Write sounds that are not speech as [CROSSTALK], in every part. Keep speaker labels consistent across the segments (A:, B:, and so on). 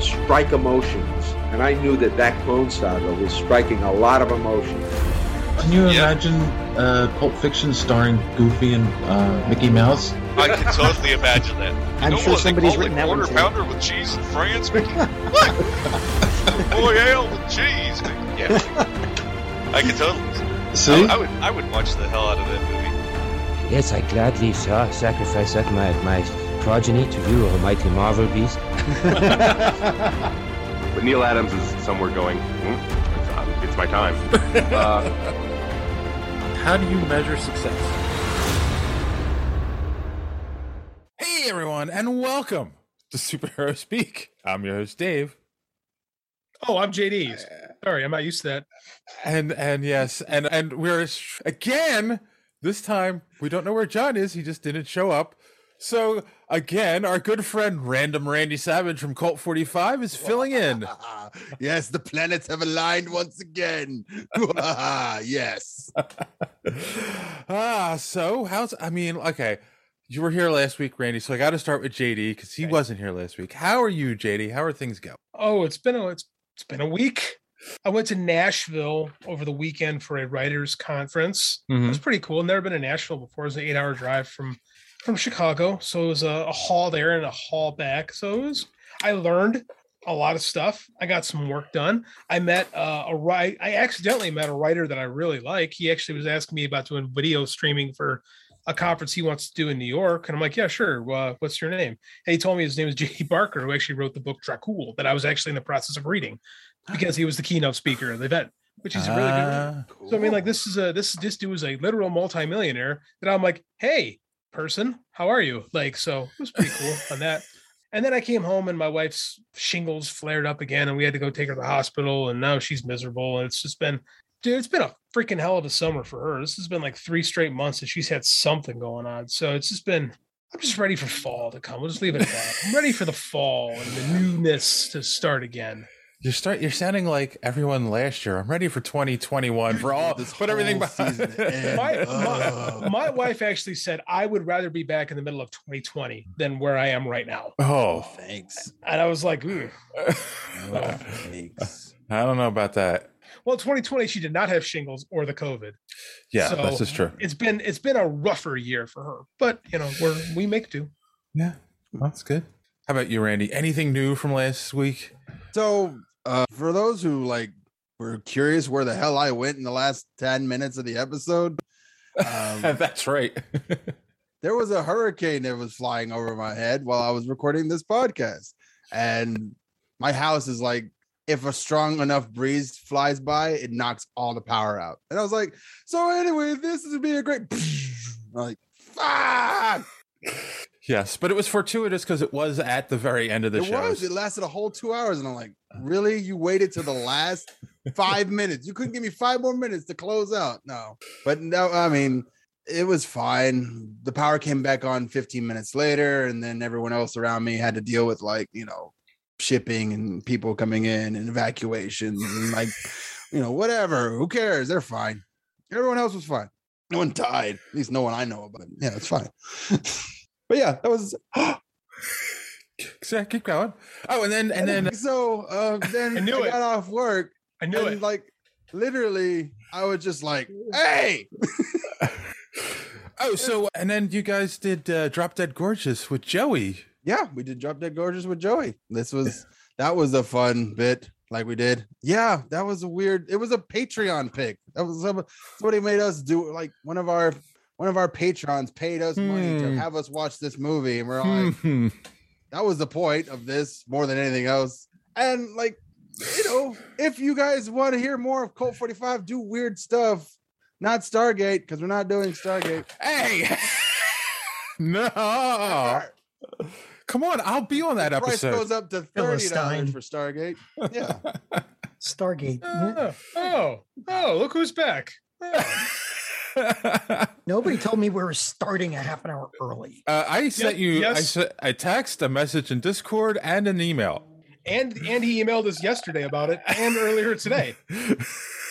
A: strike emotions, and I knew that that clone saga was striking a lot of emotions.
B: Can you imagine uh, Pulp Fiction starring Goofy and uh, Mickey Mouse?
C: I can totally imagine that.
D: I'm
C: no
D: sure
C: what,
D: somebody's
C: they call
D: written
C: it
D: that one
C: quarter
D: too.
C: pounder with cheese in France. Mickey? what?
D: [LAUGHS]
C: Boy, ale with cheese. Mickey. Yeah, I could totally.
B: See?
C: I, I would. I would watch the hell out of that movie.
E: Yes, I gladly sa- sacrifice up my, my progeny to you, almighty Marvel Beast.
F: But Neil Adams is somewhere going, hmm, it's, uh, it's my time. Uh,
G: How do you measure success? Hey, everyone, and welcome to Superhero Speak. I'm your host, Dave. Uh,
H: Oh, I'm JD. Sorry, I'm not used to that.
G: And and yes, and and we're sh- again this time we don't know where John is. He just didn't show up. So again, our good friend Random Randy Savage from Cult 45 is filling in.
I: [LAUGHS] yes, the planets have aligned once again. [LAUGHS] yes.
G: [LAUGHS] ah, so how's I mean, okay. You were here last week, Randy, so I got to start with JD cuz he wasn't here last week. How are you, JD? How are things going?
H: Oh, it's been a it's, it's been a week. I went to Nashville over the weekend for a writers conference. It was pretty cool. Never been to Nashville before. It was an eight hour drive from from Chicago, so it was a, a haul there and a haul back. So it was. I learned a lot of stuff. I got some work done. I met uh, a right. I accidentally met a writer that I really like. He actually was asking me about doing video streaming for a conference he wants to do in New York, and I'm like, yeah, sure. Uh, what's your name? And he told me his name is J.D. Barker, who actually wrote the book Dracul that I was actually in the process of reading because he was the keynote speaker of the event, which is a really good. writer.
G: Ah,
H: So I mean, like this is a this this dude is a literal multimillionaire that I'm like, hey, person, how are you? Like, so it was pretty cool on that. And then I came home and my wife's shingles flared up again, and we had to go take her to the hospital, and now she's miserable. And it's just been, dude, it's been a freaking hell of a summer for her. This has been like three straight months that she's had something going on. So it's just been. I'm just ready for fall to come. We'll just leave it at that. I'm ready for the fall and the newness to start again.
G: You're start. You're sounding like everyone last year. I'm ready for 2021 for all.
I: This
G: Put everything
I: whole [LAUGHS]
G: behind.
I: season to end.
G: [LAUGHS]
H: my,
I: Oh.
H: my, my wife actually said i would rather be back in the middle of 2020 than where i am right now
G: oh,
I: Thanks.
H: and i was like Ooh.
G: [LAUGHS]
I: Oh, thanks.
G: I don't know about that.
H: well 2020 she did not have shingles or the covid
G: Yeah,
H: So-
G: that's just true.
H: it's been it's been a rougher year for her but you know we're we make do
G: Yeah, that's good. How about you, Randy? Anything new from last week?
I: So, uh, for those who like were curious where the hell I went in the last 10 minutes of the episode, um,
G: [LAUGHS] that's right.
I: there was a hurricane that was flying over my head while I was recording this podcast. And my house is like, if a strong enough breeze flies by, it knocks all the power out. And I was like, so anyway, this is be a great [LAUGHS] like fuck.
G: yes, but it was fortuitous because it was at the very end of the
I: It
G: show.
I: was. It lasted a whole two hours, and I'm like, really? You waited till the last five minutes? You couldn't give me five more minutes to close out? No. But no, I mean, it was fine. The power came back on 15 minutes later, and then everyone else around me had to deal with like, you know, shipping and people coming in and evacuations and like, you know, whatever. Who cares? They're fine. Everyone else was fine. No one died. At least no one I know about. Yeah, it's fine. [LAUGHS] but yeah, that was
G: So, keep going. Oh, and then and then
I: so uh, then
G: [LAUGHS]
H: I
I: I,
H: knew it.
I: got off work
H: i knew
I: and
H: it
I: like literally I was just like, hey,
G: oh, so and then you guys did uh, Drop Dead Gorgeous with Joey.
I: yeah, we did drop dead gorgeous with Joey. This was that was a fun bit like we did. Yeah, that was a weird. It was a Patreon pick. That was some- somebody made us do like one of our one of our patrons paid us money
G: Hmm.
I: to have us watch this movie, and we're like,
G: Hmm.
I: that was the point of this more than anything else. And like, you know, if you guys want to hear more of Colt 45, do weird stuff, not Stargate, because
G: [LAUGHS]
I: we're not doing Stargate.
G: Hey, no. Come on, I'll be on that
I: Price
G: episode.
I: goes up to thirty dollars
G: Philistine.
I: for Stargate. Yeah,
D: Stargate.
H: Oh, oh, oh, look who's back.
G: [LAUGHS]
D: Nobody told me we were starting a half an hour early.
G: Uh, I sent you. I
H: yes.
G: sent a text, a message in Discord, and an email. [LAUGHS]
H: And and he emailed us yesterday about it and earlier today.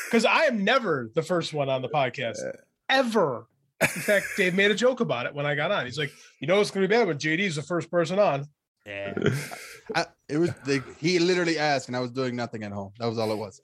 H: Because I am never the first one on the podcast. Ever. In fact, Dave made a joke about it when I got on. He's like, you know it's gonna be bad when JD's the first person on.
I: yeah. I, it was. They, he literally asked, and I was doing nothing at home. That was all it was.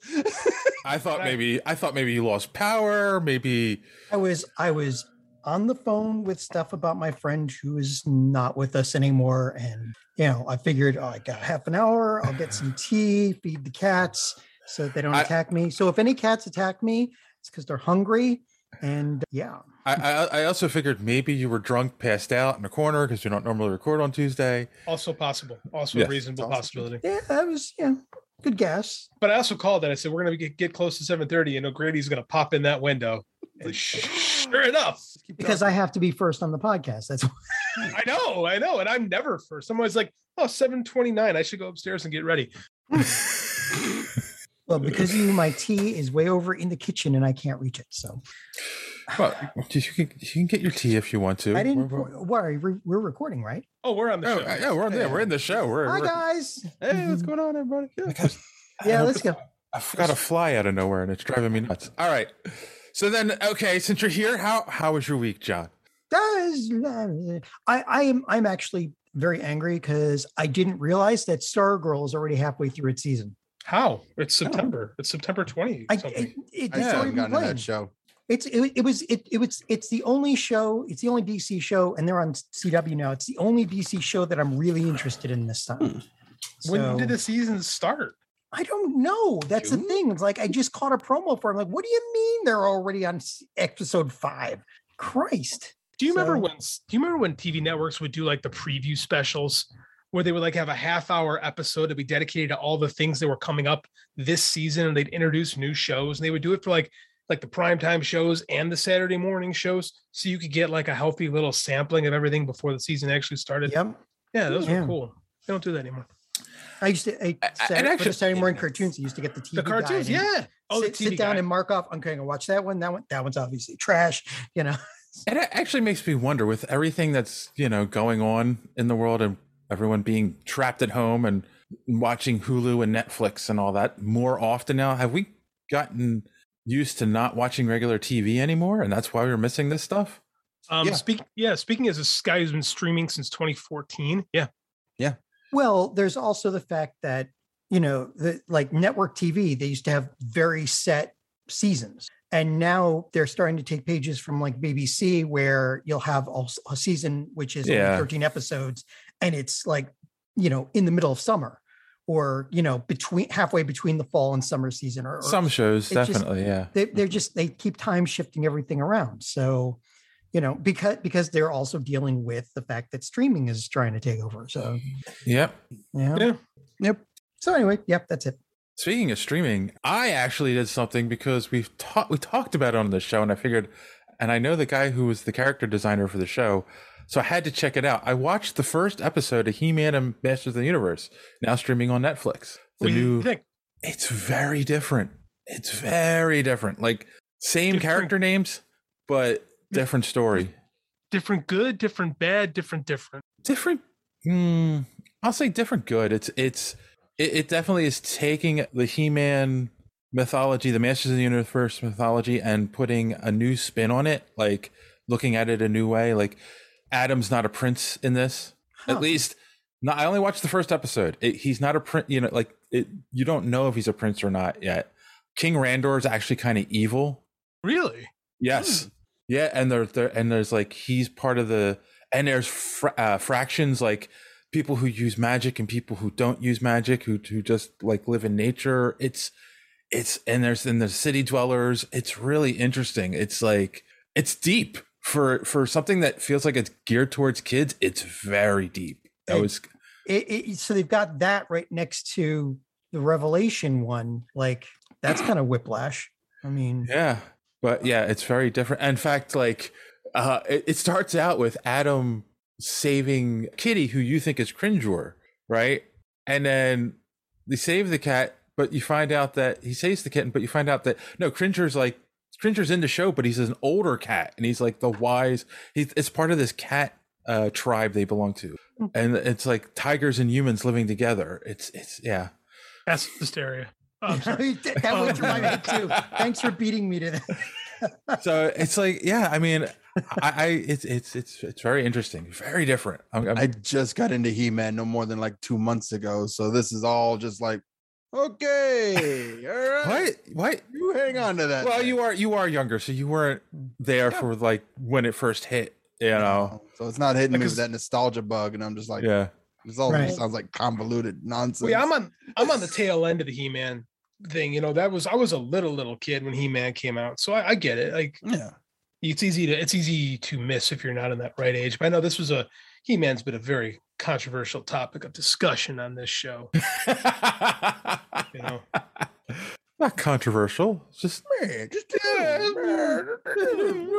G: I thought maybe. I thought maybe you lost power. Maybe
D: I was I was on the phone with stuff about my friend who is not with us anymore, and you know I figured oh I got half an hour. I'll get
G: [LAUGHS]
D: some tea, feed the cats so that they don't attack me. So if any cats attack me, it's because they're hungry. And yeah,
G: I, I. I also figured maybe you were drunk, passed out in a corner because you don't normally record on Tuesday.
H: Also possible. Also
G: Yes.
H: a reasonable possibility.
D: yeah, that was yeah, good guess.
H: But I also called that. I said, we're gonna get, get close to 7:30, and O'Grady's gonna pop in that window. And [LAUGHS] sure enough.
D: [LAUGHS] Because I have to be first on the podcast. That's why.
H: I know, I know. And I'm never first. Someone's like, oh, 729. I should go upstairs and get ready.
D: well because you
H: [LAUGHS]
D: my tea is way over in the kitchen and I can't reach it. So
G: Well, you can, you can get your tea if you want to.
D: I didn't.
G: We're- we're-
D: Why we're, we're recording, right?
H: Oh, we're on the
G: Oh,
H: show.
G: yeah, we're on there. We're in the show. We're,
D: Hi
G: we're-
D: guys.
I: Hey, what's going on, everybody? Yeah.
D: Yeah, let's go.
G: I forgot a fly out of nowhere, and it's driving me nuts. All right. So then, okay, since you're here, how how was your week, John?
D: Guys, I I am I'm actually very angry because I didn't realize that Stargirl is already halfway through its season. Oh.
H: How? It's September. It's September 20.
D: I,
H: something.
D: it, it,
I: I
D: it's
I: still
D: already
I: haven't
D: been
I: gotten to that
D: playing.
I: show.
D: It's it, it was it, it was it's the only show it's the only DC show and they're on CW now it's the only DC show that I'm really interested in this time.
H: when
D: So-
H: did the season start?
D: I don't know. That's the thing. It's like I just caught a promo for. It. I'm like, what do you mean they're already on s- episode five? Christ!
H: Do you remember
D: So-
H: when do you remember when TV networks would do like the preview specials where they would like have a half hour episode to be dedicated to all the things that were coming up this season and they'd introduce new shows and they would do it for like like the primetime shows and the Saturday morning shows so you could get like a healthy little sampling of everything before the season actually started.
D: Yep.
H: Yeah, those
D: Yeah.
H: were cool. They don't do that anymore.
D: I used to. I, Saturday, for the Saturday morning cartoons. I used to get the TV.
H: The
D: guide
H: cartoons,
D: and
H: yeah. Oh, the
D: sit,
H: TV
D: sit down
H: guide.
D: and mark off. I'm going to watch that one. That one. That one's obviously trash. You know. [LAUGHS]
G: It a- actually makes me wonder with everything that's you know going on in the world and everyone being trapped at home and watching Hulu and Netflix and all that more often now. Have we gotten used to not watching regular TV anymore, and that's why we're missing this stuff?
H: Um
G: Yeah.
H: yeah. speak yeah, speaking as a guy who's been streaming since 2014. Yeah.
D: Well, there's also the fact that you know, the, like network TV, they used to have very set seasons, and now they're starting to take pages from like BBC, where you'll have a, a season which is only
J: Yeah.
D: 13 episodes, and it's like you know in the middle of summer, or you know between halfway between the fall and summer season, or, or
G: Some shows,
D: it's just-
G: definitely, yeah.
D: they, they're just they keep time shifting everything around so you know because because they're also dealing with the fact that streaming is trying to take over so
G: Yep.
D: yeah
H: yeah.
D: yep so anyway yep that's it
G: Speaking of streaming, I actually did something because we've talked we talked about it on the show, and I figured, and I know the guy who was the character designer for the show, so I had to check it out. I watched the first episode of He Man and Masters of the Universe, now streaming on Netflix. The
H: What do you
G: new,
H: think?
G: it's very different. It's very different. Like same character names, but different story.
H: Different good, different bad, different different.
G: Different Mm, I'll say different good. It's it's it, it definitely is taking the He-Man mythology, the Masters of the Universe mythology, and putting a new spin on it. Like looking at it a new way. Like Adam's not a prince in this. At least, not. I only watched the first episode. It, he's not a prince. You know, like it, you don't know if he's a prince or not yet. King Randor is actually kind of evil.
H: Really?
G: Yes.
D: Hmm.
G: Yeah, and there, there, and there's like he's part of the, and there's fr- uh, fractions like people who use magic and people who don't use magic, who who just like live in nature. It's, it's, and there's and there's city dwellers. It's really interesting. It's like it's deep for for something that feels like it's geared towards kids. It's very deep. That was
D: it, it so they've got that right next to the revelation one like that's kind of whiplash i mean
G: Yeah, but yeah, it's very different. In fact, like uh, it, it starts out with Adam saving Kitty, who you think is Cringeor, right? And then they save the cat, but you find out that he saves the kitten, but you find out that no, Cringer's like Cringer's in the show, but he's an older cat, and he's like the wise. He's it's part of this cat uh, tribe they belong to, and it's like tigers and humans living together. It's it's yeah.
H: That's hysteria.
D: [LAUGHS]
H: Oh, I'm sorry.
D: that went through my
G: [LAUGHS]
D: head too. Thanks for beating me to that. [LAUGHS]
G: so it's like yeah i mean I, I it's it's it's it's very interesting very different I'm, I'm-
I: I just got into He Man no more than like two months ago, so this is all just like, okay, all right.
G: What? What?
I: You hang on to that.
G: well you are you are younger so you weren't there for like when it first hit you know
I: so it's not hitting me
G: Because-
I: with that nostalgia bug, and I'm just like, [LAUGHS]
G: yeah
I: this all
H: Right.
I: sounds like convoluted nonsense.
H: Well, yeah, I'm on I'm on the tail end of the He-Man thing. You know, that was I was a little little kid when He-Man came out, so I, I get it. Like,
I: yeah,
H: it's easy to it's easy to miss if you're not in that right age. But I know this was a He-Man's been a very controversial topic of discussion on this show. you know,
G: not controversial it's just
I: Man, just do
G: [LAUGHS]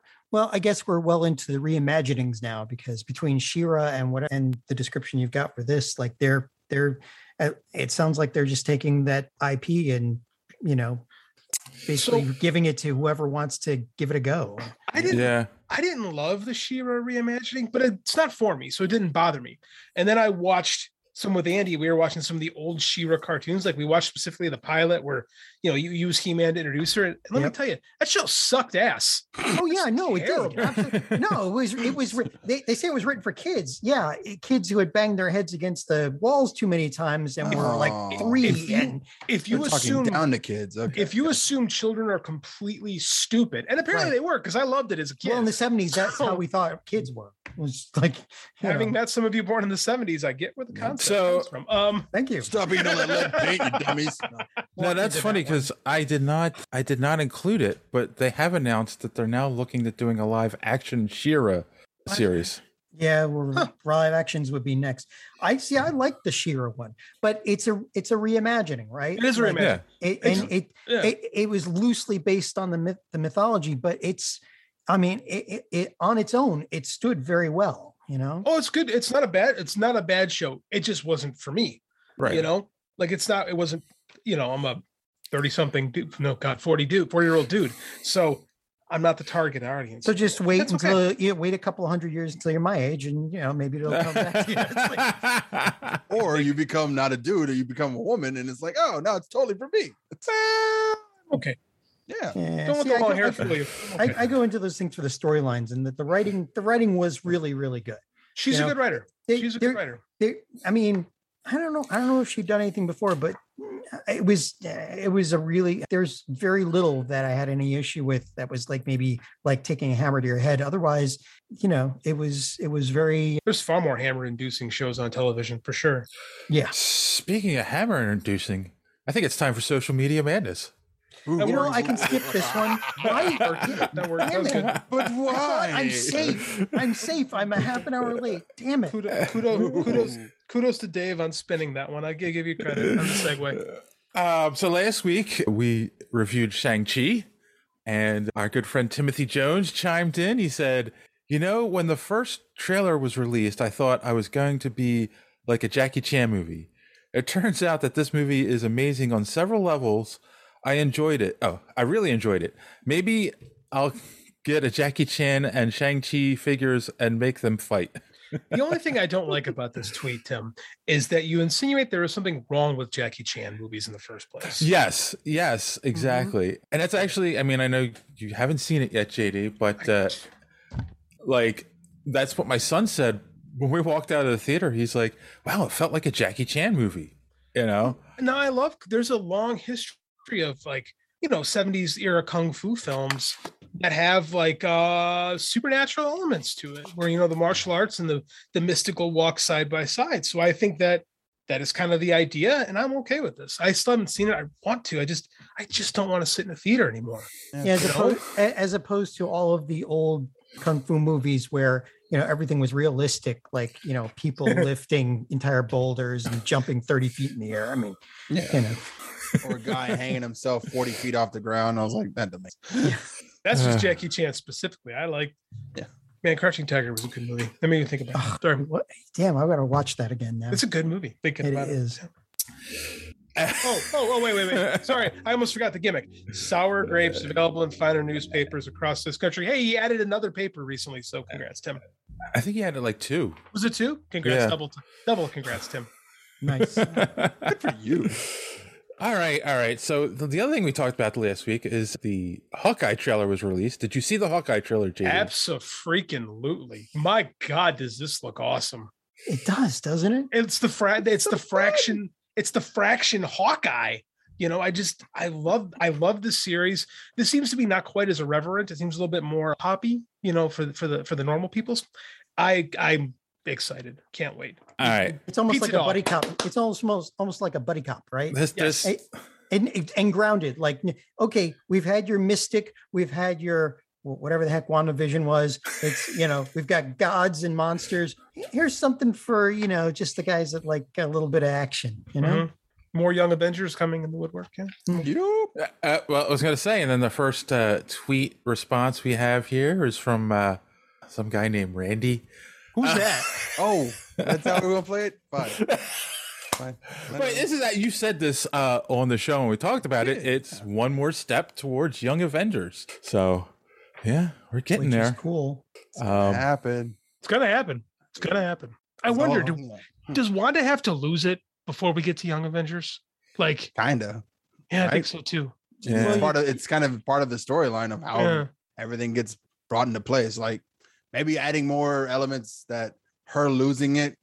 D: Well, well, I guess we're well into the reimaginings now because between Shira and what and the description you've got for this, like they're they're, uh, it sounds like they're just taking that IP and you know, [LAUGHS] basically giving it to whoever wants to give it a go.
H: I didn't
I: [LAUGHS]
G: yeah
H: I didn't love the Shira reimagining, but it's not for me, so it didn't bother me. And then I watched some with Andy. We were watching some of the old Shira cartoons, like we watched specifically the pilot where you know you use He Man to introduce her. And let
D: Yep.
H: me tell you, that show sucked ass.
D: Oh yeah, no, it did.
H: Terrible.
D: Absolutely. No, Oh, it was it was writ- they, they say it was written for kids. Yeah, it- kids who had banged their heads against the walls too many times and were
I: Oh.
D: like three.
H: If you-
D: and
H: If
I: You
H: you
I: are
H: assume
I: talking down to kids. Okay.
H: if you assume children are completely stupid, and apparently
D: Right.
H: they were, because I loved it as a kid.
D: well, in the seventies, that's
H: [LAUGHS]
D: how we thought kids were. It was like you
H: Having
D: know.
H: met some of you born in the '70s, I get where the concept
G: So-
H: comes from. Um,
D: Thank you.
I: Stop eating
H: [LAUGHS]
I: all that lead paint, you dummies. No.
G: no that's funny because i did not i did not include it but they have announced that they're now looking at doing a live action shira
I: [LAUGHS]
G: series
D: Yeah, well, live actions would be next. I see. I like the Shira one, but it's a it's a reimagining, right?
H: it is a
D: Like,
H: reimagining.
D: It,
G: yeah
H: It's-
D: and it,
H: yeah.
D: it it was loosely based on the myth, the mythology, but it's, I mean, it, it, it on its own, it stood very well. You know,
H: Oh, it's good. It's not a bad. It's not a bad show. It just wasn't for me.
G: right
H: You know, like it's not. It wasn't. You know, I'm a thirty something dude. No, God, forty dude, forty year old dude. So I'm not the target audience.
D: so just wait
H: That's
D: until you know, wait a couple hundred years until you're my age, and you know maybe it'll come
H: [LAUGHS]
D: back. to you. It's like-
I: Or you become not a dude, or you become a woman, and it's like, oh, no, it's totally for me. It's,
H: okay.
I: yeah.
D: yeah,
H: Don't want
D: see,
H: the
D: I
H: long
D: go-
H: hair
D: I-
H: for you.
D: [LAUGHS] I, I go into those things for the storylines, and that the writing the writing was really really good.
H: She's
D: you
H: a
D: know,
H: good writer.
D: they-
H: She's a
D: they're-
H: good writer.
D: they, I mean, I don't know. I don't know if she'd done anything before, but it was it was a really there's very little that I had any issue with that was like maybe like taking a hammer to your head. Otherwise, you know, it was it was very
H: There's far more hammer inducing shows on television for sure.
D: yeah.
G: Speaking of hammer introducing, I think it's time for social media madness.
D: You know, I can skip this
H: [LAUGHS]
D: one. Why?
H: That worked. That was
D: Damn [LAUGHS]
H: good.
D: it.
I: But
D: I
I: why?
G: [LAUGHS]
D: thought I'm safe. I'm safe. I'm a half an hour late. Damn it.
H: Kudos, kudos, kudos, kudos to Dave on spinning that one. I gi- give you credit on the segue.
G: Um, so last week we reviewed Shang-Chi, and our good friend Timothy Jones chimed in. He said, You know, when the first trailer was released, I thought I was going to be like a Jackie Chan movie. It turns out that this movie is amazing on several levels. I enjoyed it. Oh, I really enjoyed it. Maybe I'll get a Jackie Chan and Shang-Chi figures and make them fight.
H: The only thing I don't like about this tweet, Tim, is that you insinuate there is something wrong with Jackie Chan movies in the first place.
G: Yes, yes, exactly. And that's actually, I mean, I know you haven't seen it yet, JD, but uh, like that's what my son said when we walked out of the theater. He's like, "Wow, it felt like a Jackie Chan movie," you know?
H: No, I love there's a long history of like, you know, 70s era kung fu films that have like uh supernatural elements to it, where you know the martial arts and the the mystical walk side by side. So I think that that is kind of the idea, and I'm okay with this. I still haven't seen it. I want to. I just I just don't want to sit in a theater anymore.
D: Yeah, as opposed, as opposed to all of the old kung fu movies where you know everything was realistic, like you know
H: [LAUGHS]
D: people lifting entire boulders and jumping thirty feet in the air. I mean, you know,
I: or a guy hanging himself 40 feet off the ground. I was like, that doesn't make
H: That's just
G: Ugh.
H: Jackie Chan specifically. I like
I: Yeah.
H: Man, Crouching Tiger was a good movie. That made me think about it. Sorry.
D: What? Damn, I've got to watch that again now.
H: It's a good movie. Thinking
D: It
H: about
D: is.
H: it.
G: [LAUGHS]
H: oh, oh, oh, wait, wait, wait. Sorry. I almost forgot the gimmick. Sour grapes available in finer newspapers across this country. Hey, he added another paper recently. So congrats, Tim.
G: I think he had it like two.
H: Was it two? Congrats,
G: Yeah.
H: double, double congrats, Tim. [LAUGHS]
D: Nice.
G: Good for you. [LAUGHS] All right, all right. So the, the other thing we talked about last week is the Hawkeye trailer was released. Did you see the Hawkeye trailer, JD?
H: Absolutely. My God, does this look awesome?
D: It does, doesn't it?
H: It's the fra- it's the fraction, it's the fraction Hawkeye. You know, I just I love I love this series. This seems to be not quite as irreverent. It seems a little bit more poppy, you know, for the for the for the normal peoples. I I'm excited. Can't wait.
G: All right.
D: It's almost
H: Pizza
D: like
H: dog.
D: a buddy cop. It's almost almost, almost like a buddy cop, right?
G: This- Yes. this-
D: Eh, and and grounded. Like, okay, we've had your mystic, we've had your wh- whatever the heck WandaVision was. It's you know, we've got gods and monsters. Here's something for you know, just the guys that like a little bit of action. You know,
H: Mhm. More Young Avengers coming in the woodwork. Yeah.
G: Uh, uh, well, I was going to say, and then the first uh, tweet response we have here is from uh, some guy named Randy.
I: Who's
G: Uh,
I: that? Oh, that's how we're gonna play
G: [LAUGHS]
I: it. Fine. Fine.
G: Wait, this is that you said this uh, on the show when we talked about it. It's one more step towards Young Avengers. So, yeah, we're getting
D: which is
G: there.
D: cool.
G: Um,
I: happen.
H: It's gonna happen. It's gonna happen. I
I: It's
H: wonder,
I: all-
H: do, does Wanda have to lose it before we get to Young Avengers? Like,
I: Kinda.
H: yeah, I think
I: Right?
H: so too.
I: It's
G: yeah.
I: part of it's kind of part of the storyline of
G: Oh.
I: how
H: Yeah.
I: everything gets brought into place. Like maybe adding more elements that her losing it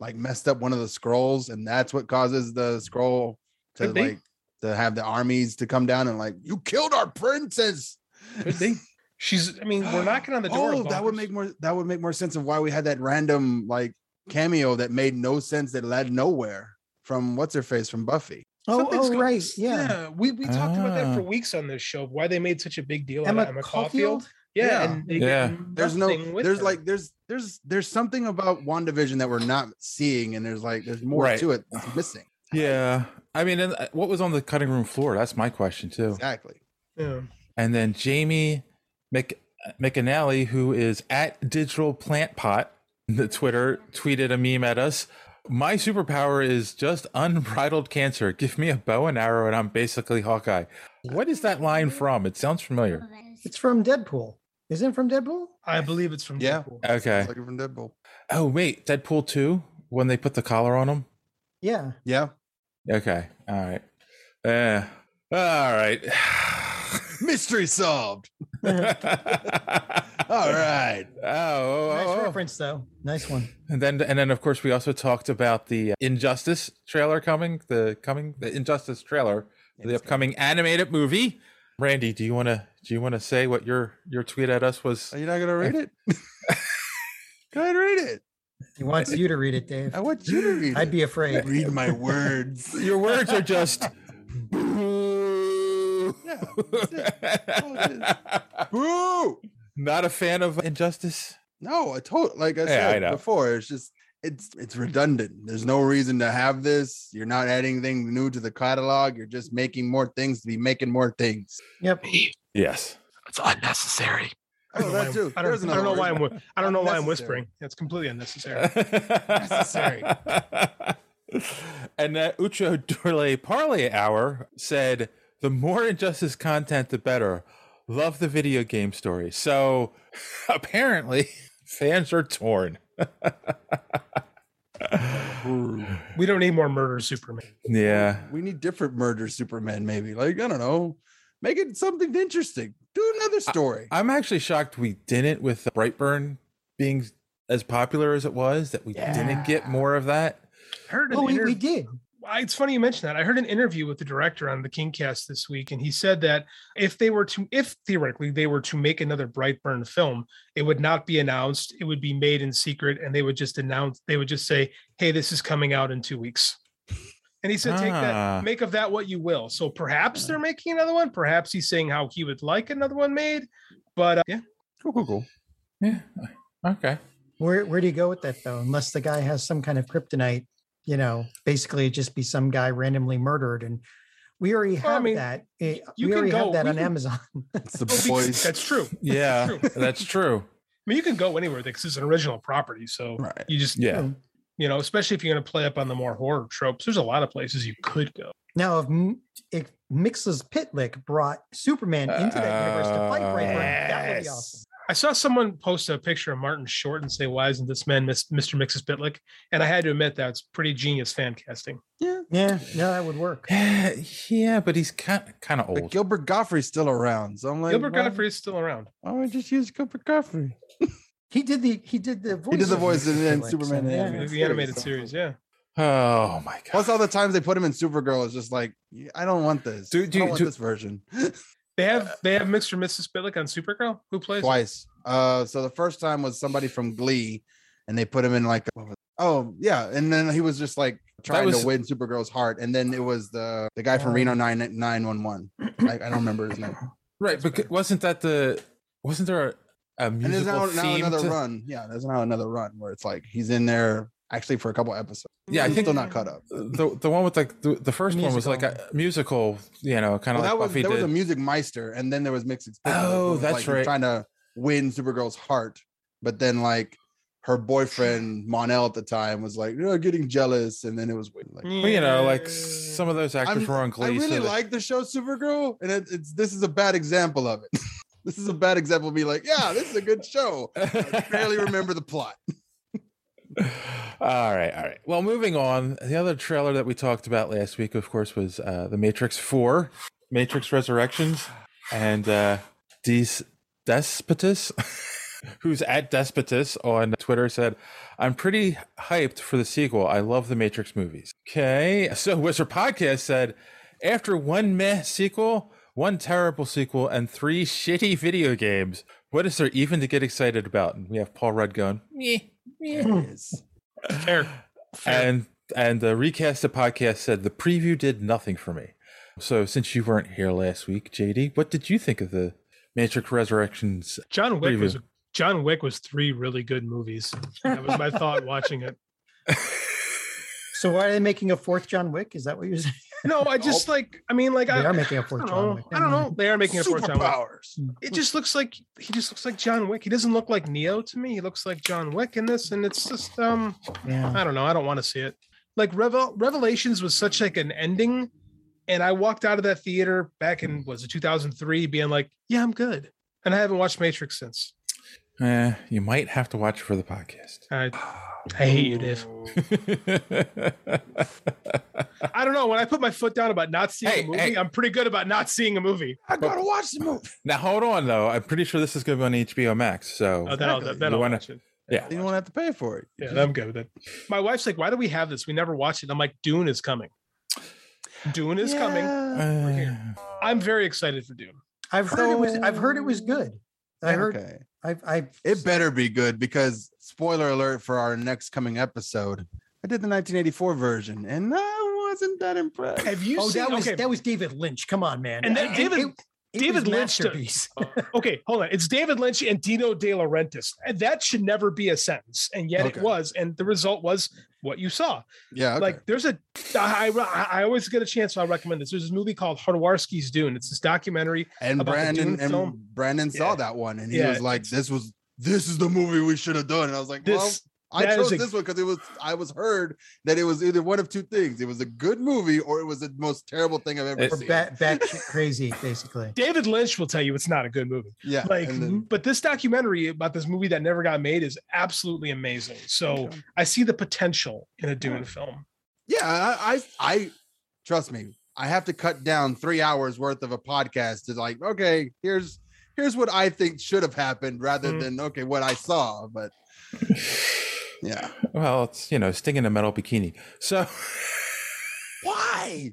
I: like messed up one of the scrolls, and that's what causes the scroll to
H: Could be.
I: like to have the armies to come down and like you killed our princess.
H: Could be. She's. I mean, we're knocking on the door.
I: Oh, that would
H: bonkers.
I: make more that would make more sense of why we had that random like cameo that made no sense that led nowhere from what's her face from Buffy.
D: Oh,
H: Something's
D: oh,
H: go-
D: right, yeah.
H: Yeah, we, we talked about that for
G: Ah.
H: weeks on this show. Why they made such a big deal
D: Emma,
H: out of Emma Caulfield?
D: Caulfield.
H: Yeah,
I: Yeah.
H: and they
G: Yeah.
H: did
I: There's no
H: nothing with
I: there's
H: her.
I: like there's there's there's something about WandaVision that we're not seeing and there's like there's more
G: Right.
I: to it that's missing.
G: [SIGHS] yeah. I mean, and uh, what was on the cutting room floor? That's my question, too.
I: Exactly.
H: Yeah.
G: And then Jamie Mc, McAnally, who is at Digital Plant Pot, [LAUGHS] the Twitter, tweeted a meme at us. My superpower is just unbridled cancer. Give me a bow and arrow, and I'm basically Hawkeye. What is that line from? It sounds familiar.
D: It's from Deadpool. Isn't it from Deadpool?
H: I believe it's from
I: Yeah.
H: Deadpool.
G: Okay.
I: It's like from Deadpool.
G: Oh wait, Deadpool two when they put the collar on him.
D: Yeah.
I: Yeah.
G: Okay, all right, uh, all right. [SIGHS]
I: Mystery solved.
G: all
I: All right.
G: Oh, oh,
D: Nice
G: oh, oh.
D: reference though. Nice one.
G: and then and then of course we also talked about the Injustice trailer coming, the coming the Injustice trailer, for the upcoming animated movie. Randy, do you want to do you want to say what your your tweet at us was?
I: Are you not gonna read it? Go ahead, read it.
D: He wants you to read it, Dave.
I: I want you to read
D: I'd
I: it.
D: be afraid.
I: read my words.
G: [LAUGHS] Your words are just.
I: Yeah, that's it. all it Boo!
G: Not a fan of Injustice.
I: No, I told like I
G: Yeah, I
I: said
G: know.
I: before, it's just it's it's redundant. There's no reason to have this. You're not adding anything new to the catalog. You're just making more things to be making more things.
D: Yep.
G: Yes.
H: It's unnecessary. I
I: Oh,
H: don't know
I: that
H: why I'm-
I: too.
H: I don't,
I: There's
H: I don't know
I: another
H: why I'm.
I: word.
H: whi- I don't know why I'm
I: Unnecessary.
H: whispering. That's completely unnecessary.
G: Necessary. [LAUGHS] and uh, Ucho Dorle Parlay Hour said, "The more injustice content, the better. Love the video game story." So [LAUGHS] apparently, fans are torn. [LAUGHS]
H: We don't need more murder Superman.
G: yeah.
I: We need different murder Superman, maybe. Like, I don't know. Make it something interesting. Do another story.
G: I'm actually shocked we didn't with Brightburn being as popular as it was that we didn't get more of that.
H: I heard an
D: Well, Oh, we,
H: interv-
D: we did.
H: I- it's funny you mentioned that. I heard an interview with the director on the Kingcast this week, and he said that if they were to, if theoretically they were to make another Brightburn film, it would not be announced. It would be made in secret, and they would just announce. They would just say, "Hey, this is coming out in two weeks." And he said, "Take
G: Ah.
H: that, make of that what you will." So perhaps they're making another one. Perhaps he's saying how he would like another one made. But uh, yeah,
I: Cool, cool, cool.
G: Yeah. Okay.
D: Where where do you go with that though? Unless the guy has some kind of kryptonite, you know, basically it'd just be some guy randomly murdered and we already have
H: Well, I mean,
D: that. eh,
H: you
D: we
H: can
D: already
H: go-
D: have that
H: we
D: on
H: can-
D: Amazon. [LAUGHS]
I: It's the
H: Oh, because-
I: boys.
H: that's true.
G: Yeah,
H: True.
G: that's true.
H: mean, you can go anywhere because it's an original property. So you just
G: Yeah.
H: you know, especially if you're going to play up on the more horror tropes. There's a lot of places you could go.
D: Now, if, M- if Mix's Pitlick brought Superman into that universe to
I: Oh,
D: fight Brightburn, that would be awesome.
H: I saw someone post a picture of Martin Short and say, "Why isn't this man Mis- Mr. Mixes Bitlick?" And I had to admit that's pretty genius fan casting.
D: Yeah, yeah, no, that would work.
H: [LAUGHS]
G: yeah, but he's kind kind of
I: But Gilbert Godfrey's still around, so I'm like
H: Gilbert
I: why-
H: Godfrey is still around.
I: Why would I just use Gilbert Godfrey?
D: He did the he did the voice.
I: He did the
D: of
I: voice
D: Mr.
I: in, in
D: Pitlick,
I: Superman.
D: so,
I: the
D: yeah.
I: animated
H: The animated
I: so-
H: series, yeah.
G: Oh my god!
I: Plus, all the times they put him in Supergirl is just like, I don't want this.
G: Do-
I: I
G: do-
I: don't want
G: do-
I: this version
H: They have they have Mr. Mrs. Bitlick on Supergirl. Who plays? it?
I: Uh, twice. Uh, so the first time was somebody from Glee, and they put him in like, what was- oh yeah, and then he was just like trying
G: was-
I: to win Supergirl's heart, and then it was the the guy from
D: Oh,
I: Reno nine nine one one. I I don't remember his name.
G: Right, but wasn't that the wasn't there a, a
I: And there's
G: musical
I: now,
G: theme?
I: now another
G: to-
I: run. Yeah, there's now another run where it's like he's in there actually for a couple episodes.
G: Yeah, I
I: He's
G: think-
I: still not caught up.
G: The the one with like the, the first one was like a musical, you know, kind
I: Well,
G: of
I: that
G: like
I: was
G: Buffy
I: there
G: did.
I: was a music meister, and then there was mixed.
G: Oh, that's right.
I: Trying to win Supergirl's heart, but then like her boyfriend Monel at the time was like, "You're getting jealous," and then it was like,
G: But, you know, like some of those actors
I: I'm-
G: were on
I: I
G: Glee.
I: really
G: so they-
I: like the show Supergirl, and it, it's this is a bad example of it. this is a bad example of me like, yeah, this is a good show. I barely remember the plot. [LAUGHS]
G: All right, all right. Well, moving on. The other trailer that we talked about last week, of course, was uh, the Matrix Four, Matrix Resurrections, and uh, Des Despotus, [LAUGHS] who's at Despotus on Twitter, said, "I'm pretty hyped for the sequel. I love the Matrix movies." Okay, so [LAUGHS] Wizard Podcast said, after one meh sequel, one terrible sequel, and three shitty video games. What is there even to get excited about? And we have Paul Rudd going,
H: Fair.
G: and and the recast the podcast said the preview did nothing for me. So since you weren't here last week, JD, what did you think of the Matrix Resurrections?
H: John Wick
G: preview?
H: was John Wick was three really good movies. That was my thought watching it.
D: So why are they making a fourth John Wick? Is that what you're [LAUGHS] saying?
H: No, I just like I mean like
D: Oh. They
H: I
D: are making a fourth
H: I don't
D: John
H: know.
D: Wick,
H: I don't know. They are making a fourth John Wick.
I: Superpowers.
H: It just looks like he just looks like John Wick. He doesn't look like Neo to me. He looks like John Wick in this, and it's just um
D: Yeah.
H: I don't know. I don't want to see it. Like Revel Revelations was such like an ending, and I walked out of that theater back in was it 2003, being like, yeah, I'm good, and I haven't watched Matrix since.
G: Eh, you might have to watch it for the podcast. [LAUGHS]
H: I, I hate you, Dave. I don't know. When I put my foot down about not seeing a movie, I'm pretty good about not seeing a movie.
I: I gotta watch the movie.
G: now hold on though. I'm pretty sure this is going to be on HBO Max. So
H: Oh, then I'll-
G: Exactly.
H: then
G: You
H: I'll
G: wanna-
H: watch it.
G: yeah.
I: You don't have to pay for it.
H: Yeah, I'm good with it. My wife's like, "Why do we have this? We never watch it." I'm like, "Dune is coming. Dune is coming. We're here." I'm very excited for Dune.
D: I've heard it was. I've heard it was good. I heard.
I: Okay.
D: I've. I.
I: It better be good because spoiler alert for our next coming episode. I did the 1984 version, and I wasn't that impressed.
H: Have you
D: Oh,
H: seen?
D: that was
H: okay,
D: that was David Lynch. Come on, man.
H: And that
D: I-
H: David-
D: it
H: David
D: was
H: Lynch does-
D: masterpiece.
H: okay, hold on. It's David Lynch and Dino De Laurentiis. And That should never be a sentence, and yet
I: Okay.
H: it was. And the result was what you saw.
I: Yeah, okay.
H: Like there's a, I, I I always get a chance. So I recommend this. There's this movie called Hardwarsky's Dune. It's this documentary.
I: and
H: about the
I: Brandon
H: Dune
I: and
H: film.
I: Brandon saw
H: Yeah.
I: that one, and he
H: Yeah,
I: was like, "This was this is the movie we should have done." And I was like,
H: This
I: "Well, I
H: that is
I: chose
H: a-
I: this one because it was I was heard that it was either one of two things: it was a good movie or it was the most terrible thing I've ever
D: Or
I: seen."
D: bat, bat crazy, basically.
H: David Lynch will tell you it's not a good movie.
I: yeah,
H: Like,
I: and then-
H: but this documentary about this movie that never got made is absolutely amazing. So I see the potential in a Dune film.
I: yeah, I, I I trust me. I have to cut down three hours worth of a podcast to like, okay, here's here's what I think should have happened rather
D: Hmm.
H: Mhm.
I: than okay what I saw, but. Yeah.
G: eh, Well, it's you know, sting in a metal bikini.
H: [LAUGHS]
G: So
I: Why?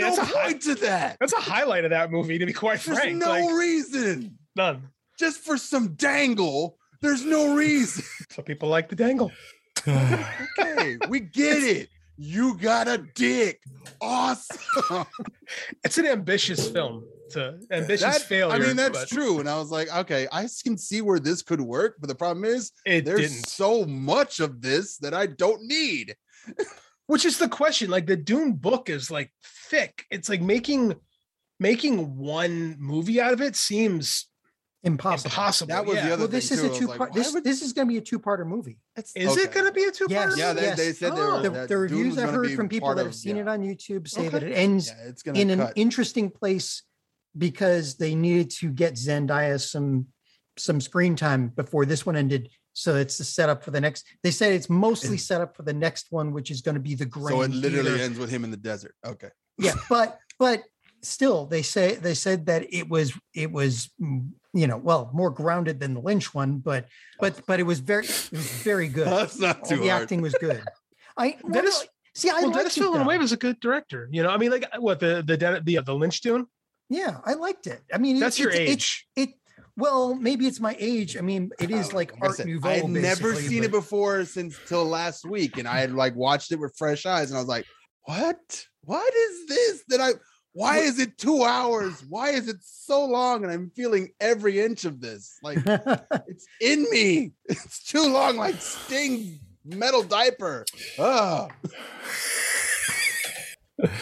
I: no
H: that's a
I: point
H: high,
I: to that.
H: that's a highlight of that movie. To be quite
I: There's
H: frank,
I: no
H: like,
I: reason.
H: none.
I: just for some dangle. There's no reason.
H: [LAUGHS] Some people like the dangle.
I: Okay, we get it. You got a dick. Awesome.
H: It's an ambitious film. It's a ambitious
I: That-
H: failure.
I: I mean, that's
H: but
I: true. And I was like, okay, I can see where this could work, but the problem is
H: It
I: there's
H: didn't.
I: so much of this that I don't need.
H: Which is the question. Like the Dune book is like thick. It's like making making one movie out of it seems
D: Impossible.
H: Impossible,
I: That was the yeah. other
D: well, this
I: thing,
D: is
I: too. I
D: a
I: was
D: two
I: like,
D: part.
I: why
D: this this is going to be a two parter movie.
I: Is it okay.
H: gonna be a two-parter?
D: Yes,
I: Yeah, they-
D: yes. Oh.
I: they said they were-
D: the,
I: that
D: the
I: Dune
D: reviews
I: was
D: I've
I: gonna
D: heard
I: be
D: from people
I: part
D: that
I: of-
D: have seen
I: yeah.
D: it on YouTube say that
I: Okay.
D: it ends
I: Yeah, it's gonna
D: in an
I: cut.
D: interesting place because they needed to get Zendaya some some screen time before this one ended. So it's the setup for the next. They said it's mostly set up for the next one, which is going to be the grand.
I: So it literally
D: theater
I: ends with him in the desert. Okay. [LAUGHS]
D: yeah but but still they say they said that it was it was mm, you know well more grounded than the lynch one but but but it was very it was very
I: [LAUGHS]
D: good
I: That's not
D: All
I: too
D: the
I: hard.
D: acting was good
I: [LAUGHS]
D: i well,
H: Dennis-
D: no, see i
H: well,
D: liked
H: Dennis
D: it,
H: Villeneuve
D: though.
H: was a good director. You know, I mean, like what the the Den- the, the Lynch Dune.
D: yeah i liked it i mean it-
H: That's your
D: it's-
H: age.
D: it, it, well maybe it's my age i mean it is like
I: Like I
D: art
I: said,
D: nouveau
I: I had never
D: basically,
I: seen it
D: but-
I: before since till last week, and I had like watched it with fresh eyes, and I was like, "What? What is this? That I? Why is it two hours? Why is it so long?" And I'm feeling every inch of this. Like
D: [LAUGHS]
I: it's in me. [LAUGHS] It's too long. Like Sting metal diaper. Ah,
G: That's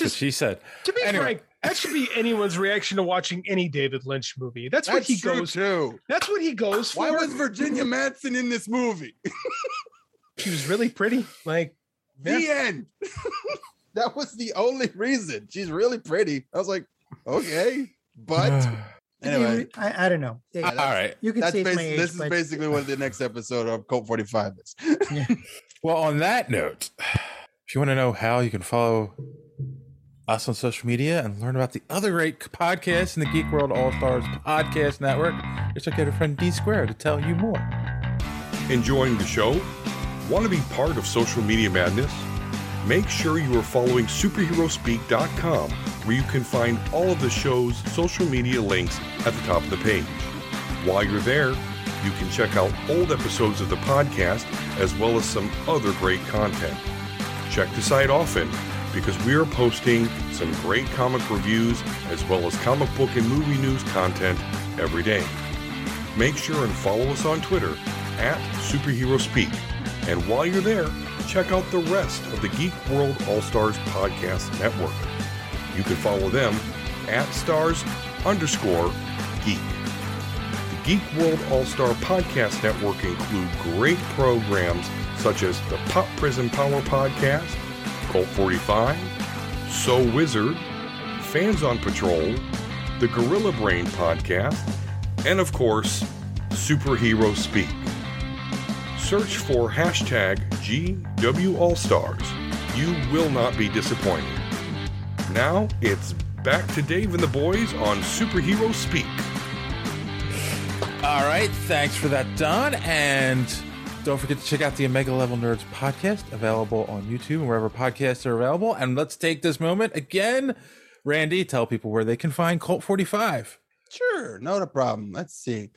G: what
H: is-
G: she said.
H: To be
G: Anyway.
H: frank, that should be anyone's reaction to watching any David Lynch movie. That's what
I: that's
H: he
I: true
H: goes.
I: too.
H: That's what he goes for.
I: Why was Virginia Manson in this movie? [LAUGHS]
H: she was really pretty. Like
I: The end. that was the only reason. She's really pretty. I was like, okay, but anyway.
D: I, I don't know Yeah,
G: All right.
D: you could
I: That's
D: say it's my
I: basi-
D: age
I: this is
D: but
I: basically what the next episode of Cult 45 is.
G: [SIGHS] Well, on that note, if you want to know how you can follow us on social media and learn about the other great podcasts in the Geek World All Stars Podcast Network, just check out our friend D Square to tell you more.
J: Enjoying the show? Want to be part of social media madness? Make sure you are following superheroespeak.com, where you can find all of the show's social media links at the top of the page. While you're there, you can check out old episodes of the podcast as well as some other great content. Check the site often because we are posting some great comic reviews as well as comic book and movie news content every day. Make sure and follow us on Twitter at Superhero Speak. And while you're there, check out the rest of the Geek World All Stars Podcast Network. You can follow them at stars underscore geek. The Geek World All Star Podcast Network include great programs such as the Pop Prison Power Podcast, Cult 45, So Wizard, Fans on Patrol, the Gorilla Brain Podcast, and of course, Superhero Speak. Search for hashtag GWAllStars. You will not be disappointed. Now it's back to Dave and the boys on Superhero Speak.
G: All right. Thanks for that, Don. And don't forget to check out the Omega Level Nerds podcast available on YouTube and wherever podcasts are available. And let's take this moment again. Randy, tell people where they can find Colt 45.
I: Sure, not a problem. Let's see.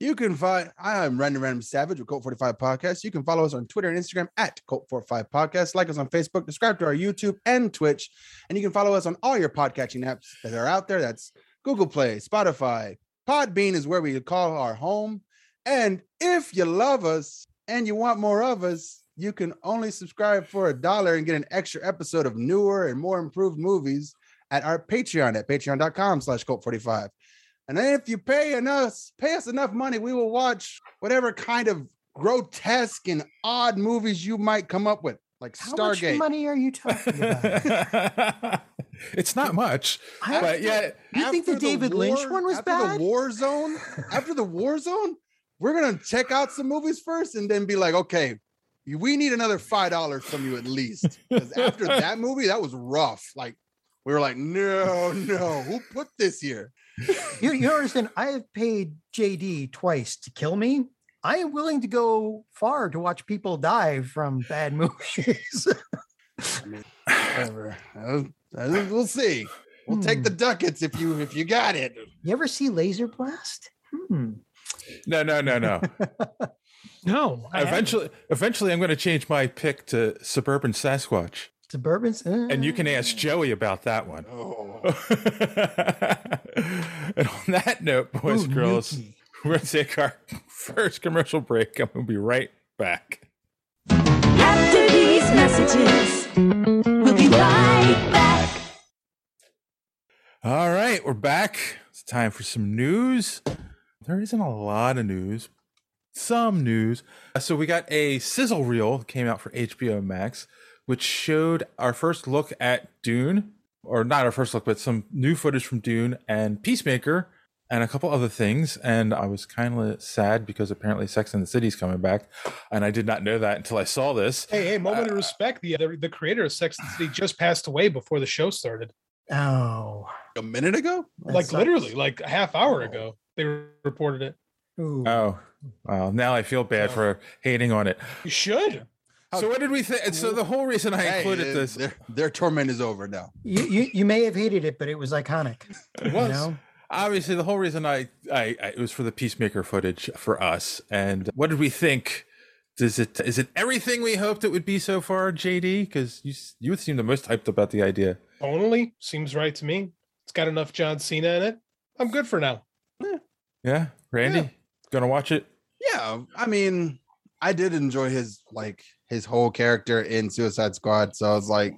I: You can find I'm Random Random Savage with Colt 45 Podcast. You can follow us on Twitter and Instagram at Colt 45 Podcast. Like us on Facebook, subscribe to our YouTube and Twitch, and you can follow us on all your podcatching apps that are out there. That's Google Play, Spotify, Podbean is where we call our home. And if you love us and you want more of us, you can only subscribe for a dollar and get an extra episode of newer and more improved movies at our Patreon at patreon.com slash Colt 45. And then if you pay us, pay us enough money, we will watch whatever kind of grotesque and odd movies you might come up with, like
D: how
I: Stargate.
D: much money are you
I: [LAUGHS]
D: talking about
G: [LAUGHS] it's not much,
D: I-
G: but yeah.
D: you think the
I: After
D: david lynch
I: war-
D: one was
I: after
D: bad
I: The war zone. After the war zone, we're gonna check out some movies first, and then be like, okay, we need another five dollars from you at least. 'Cause after that movie, that was rough. Like we were like, no, no, who put this here?
D: you, you understand? I have paid JD twice to kill me. I am willing to go far to watch people die from bad [LAUGHS] movies.
I: Whatever. Uh, uh, We'll see. We'll
H: Hmm.
I: take the ducats if you if you got it.
D: Hmm. you ever see Laser Blast? Hmm.
G: No, no, no, [LAUGHS] no.
H: no. I haven't.
G: eventually, eventually, I'm going to change my pick to Suburban Sasquatch,
D: Suburbans. uh,
G: and you can ask Joey about that one.
I: Oh.
G: [LAUGHS] and on that note, boys and girls, [LAUGHS] we're going to take our first commercial break, and we'll be right back.
K: After these messages, we'll be right back.
G: All right, we're back. It's time for some news. there isn't a lot of news. Some news. Uh, So we got a sizzle reel came out for HBO Max, which showed our first look at Dune, or not our first look, but some new footage from Dune and Peacemaker, and a couple other things. And I was kind of sad because apparently Sex and the City's coming back, and I did not know that until I saw this.
H: Hey, hey,
I: Uh,
H: moment of respect. The, the the creator of Sex and the City just passed away before the show started.
D: Oh,
I: a minute ago?
D: That
H: like
D: sucks.
H: literally, like a half
I: Oh.
H: hour ago, they re- reported it.
G: Oh, well, now I feel bad for hating on it.
H: You should.
G: So what did we think? So the whole reason I
I: Hey,
G: included
I: it-
J: uh,
G: this,
I: their, their torment is over now.
D: You, you you may have hated it, but it was iconic.
G: It was obviously the whole reason I, I, I it was for the peacemaker footage for us. And what did we think? Does it is it everything we hoped it would be so far, JD? Because you s- you seem the most hyped about the idea.
H: Tonally seems right to me. It's got enough John Cena in it. I'm good for now.
G: Yeah, Randy, gonna watch it.
I: Yeah, I mean, I did enjoy his like his whole character in Suicide Squad. So I was like,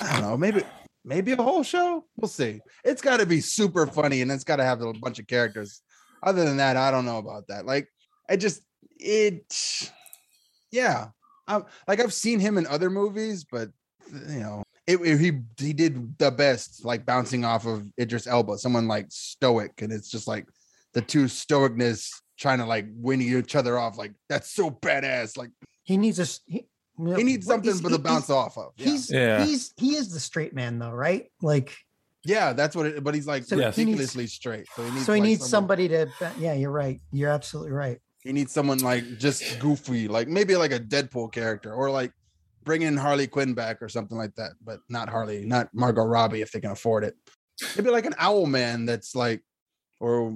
I: I don't know, maybe maybe a whole show. We'll see. It's got to be super funny, and it's got to have a bunch of characters. Other than that, I don't know about that. Like, I just it, yeah. I, like I've seen him in other movies, but you know, it, it- he he did the best, like bouncing off of Idris Elba, someone like stoic, and it's just like the two stoicness trying to like win each other off. Like that's so badass. Like
D: He needs a. s- He,
I: he needs something for
D: the
I: to bounce off of. Yeah.
D: He's
I: Yeah.
D: he's he is the straight man though, right? Like
I: yeah, that's what. it But he's like
D: So he needs-
I: ridiculously straight. So he needs.
D: so he
I: like,
D: needs
I: someone-
D: somebody to. ba- Yeah, you're right. You're absolutely right.
I: He needs someone like just goofy, like maybe like a Deadpool character, or like bring in Harley Quinn back or something like that. But not Harley, not Margot Robbie if they can afford it. Maybe like an Owl Man that's like, or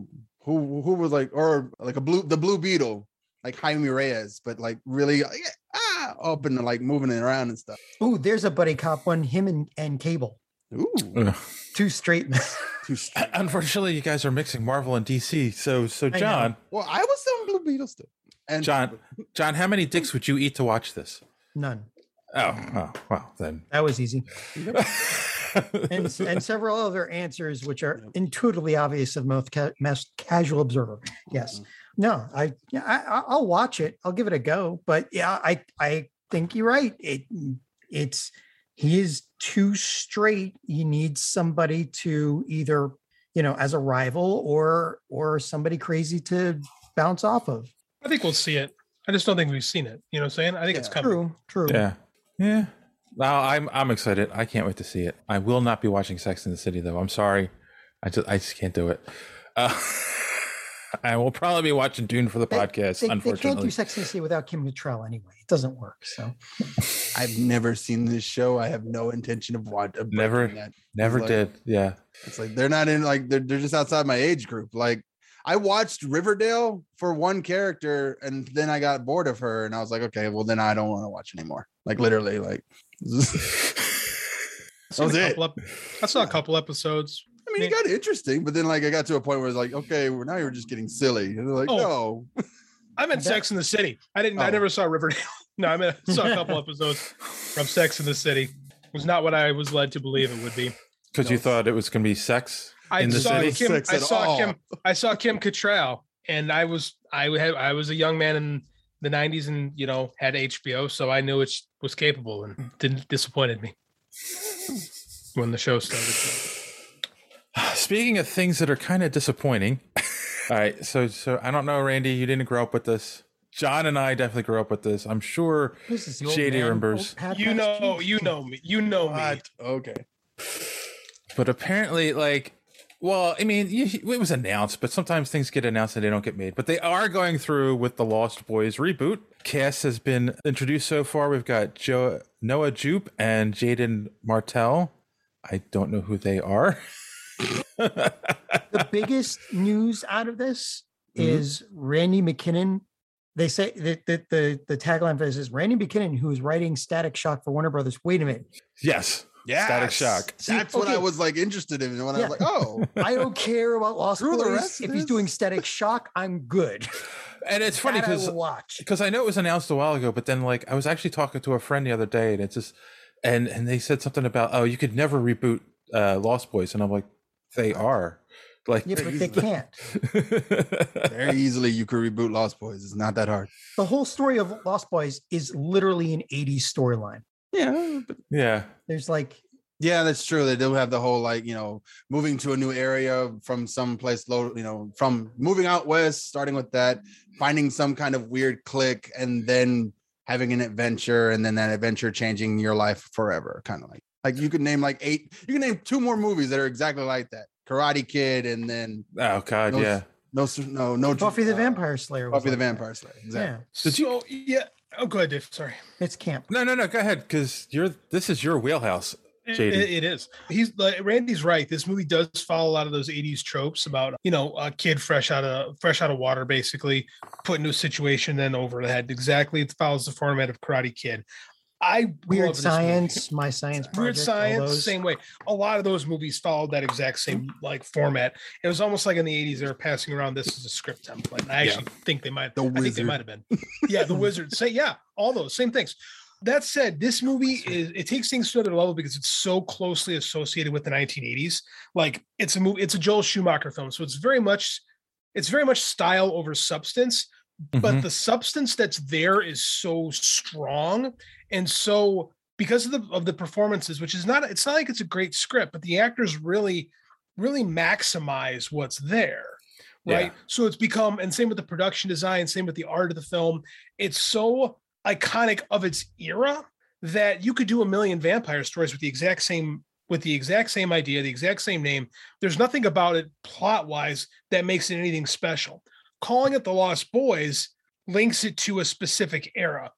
I: who who was like, or like a blue the Blue Beetle, like Jaime Reyes, but like really like, ah, up and like moving it around and stuff.
D: Ooh, there's a buddy cop one. Him and and Cable.
I: Ooh.
D: Two straight men. [LAUGHS]
G: [CLEARS THROAT] Unfortunately, you guys are mixing Marvel and DC. So so
I: know.
G: John,
I: Well, I was on Blue Beetle still. And
G: John, John, how many dicks would you eat to watch this?
D: None.
G: Oh, oh well, then
D: That was easy.
G: [LAUGHS]
D: and s- and several other answers which are intuitively obvious of most, ca- most casual observer. Yes. No, I, yeah, I I- I'll watch it. I'll give it a go. But yeah, I I think you're right. It it's he is too straight. You need somebody to either you know as a rival or or somebody crazy to bounce off of.
H: I think we'll see it. I just don't think we've seen it. You know what I'm saying? I think it's coming.
D: True. True.
G: Yeah. Yeah. No, I'm I'm excited. I can't wait to see it. I will not be watching Sex in the City though. I'm sorry. I just I just can't do it. Uh, [LAUGHS] I will probably be watching Dune for the podcast,
D: They, they can't
G: unfortunately.
D: do Sex and the City without Kim Cattrall anyway. It doesn't work. So
I: I've never seen this show. I have no intention of watching.
G: Never
I: that.
G: never
I: Like-
G: did. Yeah.
I: It's like they're not in like they're they're just outside my age group. Like I watched Riverdale for one character and then I got bored of her and I was like, okay, well then I don't want to watch anymore. Like literally, like [LAUGHS]
H: I saw,
I: was
H: a
I: it.
H: couple, ep- I saw a couple episodes.
I: I mean, it got interesting, but then like I got to a point where it's like, okay, well, now you're just getting silly. And they're like,
H: Oh.
I: no,
H: I'm in Sex in the City. I didn't. I
I: Oh.
H: never saw Riverdale. [LAUGHS] No, I mean, I saw a couple episodes from Sex in the City. It was not what I was led to believe it would be.
G: Because you thought it was gonna be sex
H: I
G: in the
H: saw
G: city.
H: Kim. I saw Kim. I saw Kim Cattrall, and I was I had I was a young man in the '90s, and you know had HBO, so I knew it was capable, and didn't disappointed me when the show started.
G: Speaking of things that are kind of disappointing. [LAUGHS] All right, so so I don't know, Randy, you didn't grow up with this. John and I definitely grew up with this. I'm sure
D: This is the old
G: JD
D: man,
G: remembers.
D: old Pat
H: You
D: Pat's
H: know,
D: cheese.
H: you know me. You know me.
I: Okay.
G: But apparently, like, well, I mean, you, it was announced, but sometimes things get announced and they don't get made. But they are going through with the Lost Boys reboot. Cast has been introduced so far. We've got Joe, Noah Jupe and Jaden Martell. I don't know who they are. [LAUGHS]
D: the biggest news out of this
I: Mm-hmm.
G: Mhm.
D: is Randy McKinnon. They say that, that the the tagline for this is Randy McKinnon, who is writing Static Shock for Warner Brothers. Wait a minute.
G: Yes.
I: yeah,
G: Static Shock.
I: That's what I
D: okay.
I: was like interested in when I
D: Yeah.
I: was like, oh,
D: [LAUGHS] I don't care about Lost
I: Screw the
D: Boys.
I: rest
D: If
I: of
D: he's doing Static Shock, I'm
H: [LAUGHS]
D: good.
G: And it's funny
D: That I
G: because
D: will watch.
G: because I know it was announced a while ago, but then like I was actually talking to a friend the other day, and it's just and and they said something about oh you could never reboot uh, Lost Boys, and I'm like they are Like [LAUGHS]
D: Yeah, but they can't.
I: Very easily, you could reboot Lost Boys. It's not that hard.
D: The whole story of Lost Boys is literally an 80s storyline.
I: Yeah.
G: Yeah.
D: There's like
I: Yeah, that's true. They do have the whole like you know moving to a new area from some place low, you know, from moving out west, starting with that, finding some kind of weird click, and then having an adventure, and then that adventure changing your life forever, kind of like like you could name like eight, you can name two more movies that are exactly like that: Karate Kid, and then
G: Oh God,
I: no,
G: yeah.
I: no, no, no,
D: Buffy the Vampire Slayer. was
I: Buffy the
D: like that.
I: Vampire Slayer. Exactly.
H: So yeah. Oh, go ahead, Dave. Sorry.
D: It's camp.
G: No, no, no. Go ahead, because you're this is your wheelhouse,
H: It-
G: Jaden.
H: it- it is. He's like Randy's right. This movie does follow a lot of those '80s tropes about you know a kid fresh out of fresh out of water, basically put into a situation, then over the head. Exactly, it follows the format of Karate Kid. I love
D: Weird
H: this movie.
D: Science, My Science Project.
H: Weird
D: all
H: Science,
D: those.
H: same way. A lot of those movies followed that exact same like format. It was almost like in the '80s they were passing around this as a script template. And I
I: Yeah.
H: actually think they might.
I: The
H: I think they
I: Wizard.
H: might have been. Yeah, the Wizard. Say yeah, all those same things. That said, this movie is it takes things to another level because it's so closely associated with the 1980s. Like it's a movie, it's a Joel Schumacher film, so it's very much, it's very much style over substance. But
G: Mhm.
H: the substance that's there is so strong and so because of the of the performances, which is not it's not like it's a great script, but the actors really really maximize what's there right so it's become and same with the production design same with the art of the film it's so iconic of its era that you could do a million vampire stories with the exact same with the exact same idea the exact same name there's nothing about it plot wise that makes it anything special calling it the lost boys links it to a specific era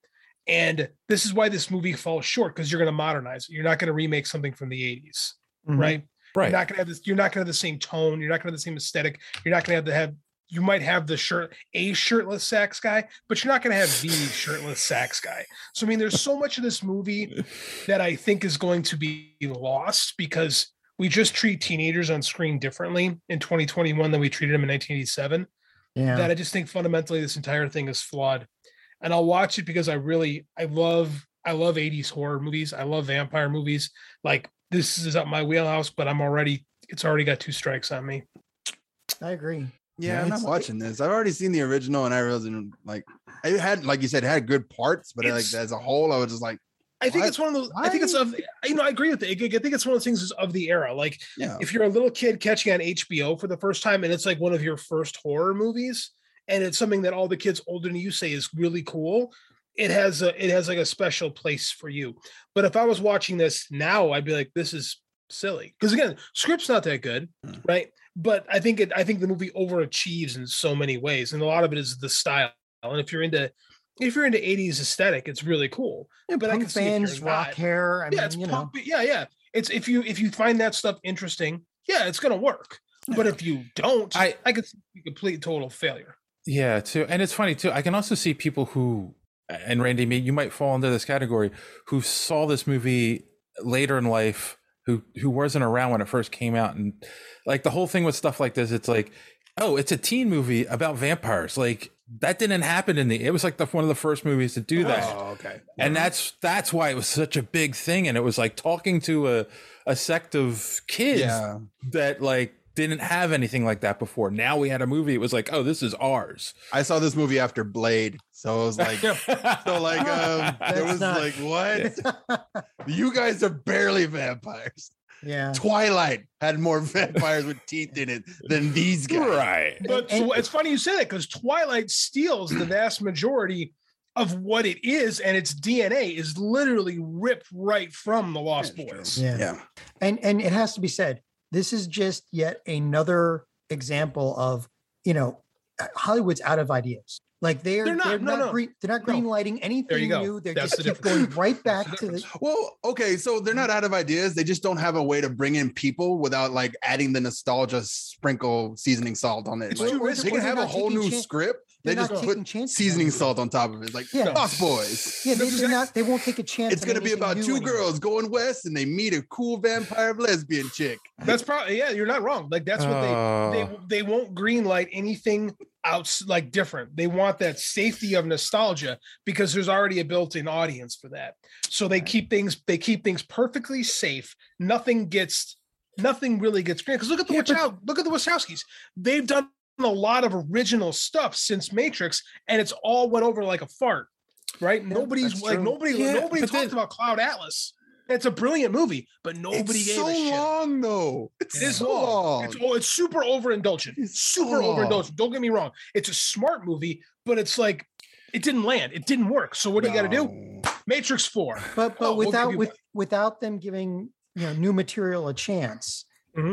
H: and this is why this movie falls short because you're going to modernize it you're not going to remake something from the 80s
D: Mhm.
H: right
G: Right.
H: you're not gonna have this. You're not gonna have the same tone. You're not gonna have the same aesthetic. You're not gonna have to have. You might have the shirt a shirtless sax guy, but you're not gonna have the shirtless sax guy. So I mean, there's so much of this movie that I think is going to be lost because we just treat teenagers on screen differently in 2021 than we treated them in 1987
D: Yeah.
H: that I just think fundamentally this entire thing is flawed. And I'll watch it because I really I love I love 80s horror movies. I love vampire movies. Like this is up my wheelhouse, but I'm already it's already got two strikes on me.
D: I agree.
I: Yeah, I'm not watching this. I've already seen the original, and I wasn't like it had, like you said, it had good parts, but
H: It's-
I: like as a whole, I was just like,
H: I think
I: What?
H: it's one of those. I think it's of you know. I agree with it. I think it's one of those things is of the era. Like
I: Yeah.
H: if you're a little kid catching on HBO for the first time, and it's like one of your first horror movies, and it's something that all the kids older than you say is really cool. It has a it has like a special place for you. But if I was watching this now, I'd be like, this is silly. Because again, script's not that good,
D: Hmm.
H: right? But I think it I think the movie overachieves in so many ways, and a lot of it is the style. And if you're into if you're into 80s aesthetic, it's really cool. but I
D: Punk
H: can see if you're
D: fans, rock
H: not.
D: hair. I
H: yeah,
D: mean,
H: it's
D: you know.
H: punk, but yeah, yeah. It's if you if you find that stuff interesting, yeah, it's gonna work.
D: [LAUGHS]
H: But if you don't, I I could see a complete total failure.
G: Yeah, too. And it's funny too. I can also see people who and Randy, may- you might fall into this category who saw this movie later in life who who wasn't around when it first came out and like the whole thing with stuff like this it's like oh it's a teen movie about vampires like that didn't happen in the it was like the one of the first movies to do that
I: Oh, okay.
G: and that's that's why it was such a big thing and it was like talking to a a sect of kids
I: Yeah.
G: that like didn't have anything like that before now we had a movie it was like oh this is ours
I: I saw this movie after Blade, so I
G: [LAUGHS]
I: was like, so like, um,
G: That's
I: there was
G: not-
I: like, what? you guys are barely vampires.
D: [LAUGHS] Yeah.
I: Twilight had more [LAUGHS] vampires with teeth in it than these guys.
G: Right.
H: But
I: And-
H: so it's funny you say that because Twilight steals
D: [CLEARS THROAT]
H: the vast majority of what it is, and its DNA is literally ripped right from the Lost Boys.
D: Yeah. And and it has to be said, this is just yet another example of, you know, uh, Hollywood's out of ideas. Like they're
I: They're
D: they're
I: not.
D: not,
I: No, no.
D: green, they're not green lighting anything
I: go.
D: new. They're
I: That's
D: just
I: the
D: keep
I: difference. [LAUGHS]
D: going right back to the
I: Well, okay, so they're not out of ideas. They just don't have a way to bring in people without like adding the nostalgia sprinkle seasoning salt on it.
H: It's
I: Like,
H: too risky.
I: they can
H: Or they're
I: have a
H: not
I: whole
H: taking
I: new
H: chan-
I: script. They
H: they're
I: just
H: not
I: put
H: taking chances
I: seasoning salt on top of it. Like
H: Yeah.
I: Lost Boys.
D: Yeah, they do not they won't take a chance.
I: It's
D: on
I: gonna be
D: anything
I: about
D: new
I: two
D: anymore.
I: girls going west and they meet a cool vampire lesbian chick.
H: That's probably yeah. You're not wrong. Like that's what they
G: Uh,
I: Oh.
H: they they won't green light anything out like different. They want that safety of nostalgia because there's already a built-in audience for that. So they keep things they keep things perfectly safe. Nothing gets nothing really gets greenlit. Because look at the Wachow, look at the Wachowskis. They've done a lot of original stuff since Matrix, and it's all went over like a fart, right? Nobody's
G: that's
H: like
G: true.
H: nobody
G: Yeah,
H: nobody
G: but
H: talked about Cloud Atlas. It's a brilliant movie, but nobody gave
I: so
H: a shit.
I: long though. It's
H: It is
I: so
H: long.
I: long.
H: It's, oh, it's super overindulgent. super
I: long.
H: overindulgent. Don't get me wrong. It's a smart movie, but it's like it didn't land. It didn't work. So what do you got to do? Matrix Four.
D: But but
H: Oh, we'll give
D: without
H: you
D: with
H: one.
D: without them giving you know new material a chance,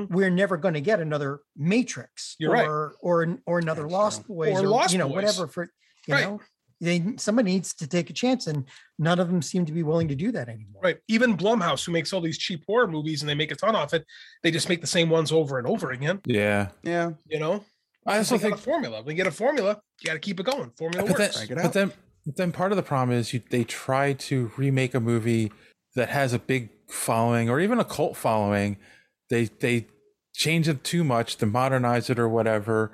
D: we're never going to get another Matrix
H: Mm-hmm. You're right.
D: or or or another Lost Boys
H: Or
D: or,
H: Lost
D: you know
H: Boys.
D: whatever for you
H: Right.
D: know they somebody needs to take a chance and none of them seem to be willing to do that anymore.
H: Right. Even Blumhouse, who makes all these cheap horror movies and they make a ton off it, they just make the same ones over and over again.
G: Yeah.
I: Yeah.
H: You know.
G: I also
H: They got a formula. When you get a formula, you got to keep it going. Formula
G: But then,
H: works.
G: but then, but then part of the problem is you, they try to remake a movie that has a big following or even a cult following. They they change it too much to modernize it or whatever,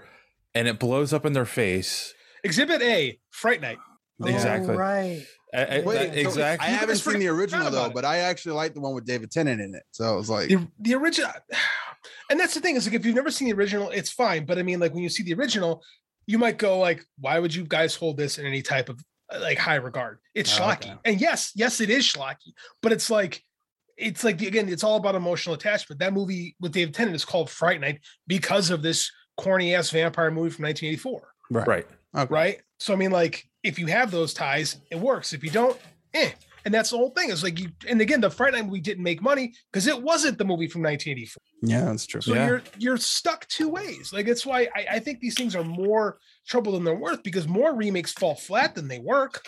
G: and it blows up in their face.
H: Exhibit A, Fright Night.
I: Oh,
G: Exactly.
D: Oh, right.
G: I- I-
I: Wait,
G: that-
I: so
G: exactly.
I: I haven't seen the original
H: forgot
I: though,
H: about
I: but I actually like the one with David Tennant in it. So I was like,
H: the, the original [SIGHS] and that's the thing is like if you've never seen the original it's fine but i mean like when you see the original you might go like why would you guys hold this in any type of uh, like high regard it's
I: Oh,
H: schlocky
I: okay.
H: and yes yes it is schlocky but it's like it's like again it's all about emotional attachment that movie with david tennant is called fright night because of this corny ass vampire movie from 1984
G: Right.
H: right? So I mean, like, if you have those ties, it works. If you don't, eh. And that's the whole thing. Is like you. And again, the Friday Night movie didn't make money because it wasn't the movie from 1984.
I: yeah, that's true.
H: So you're you're stuck two ways. Like it's why I, I think these things are more trouble than they're worth because more remakes fall flat than they work.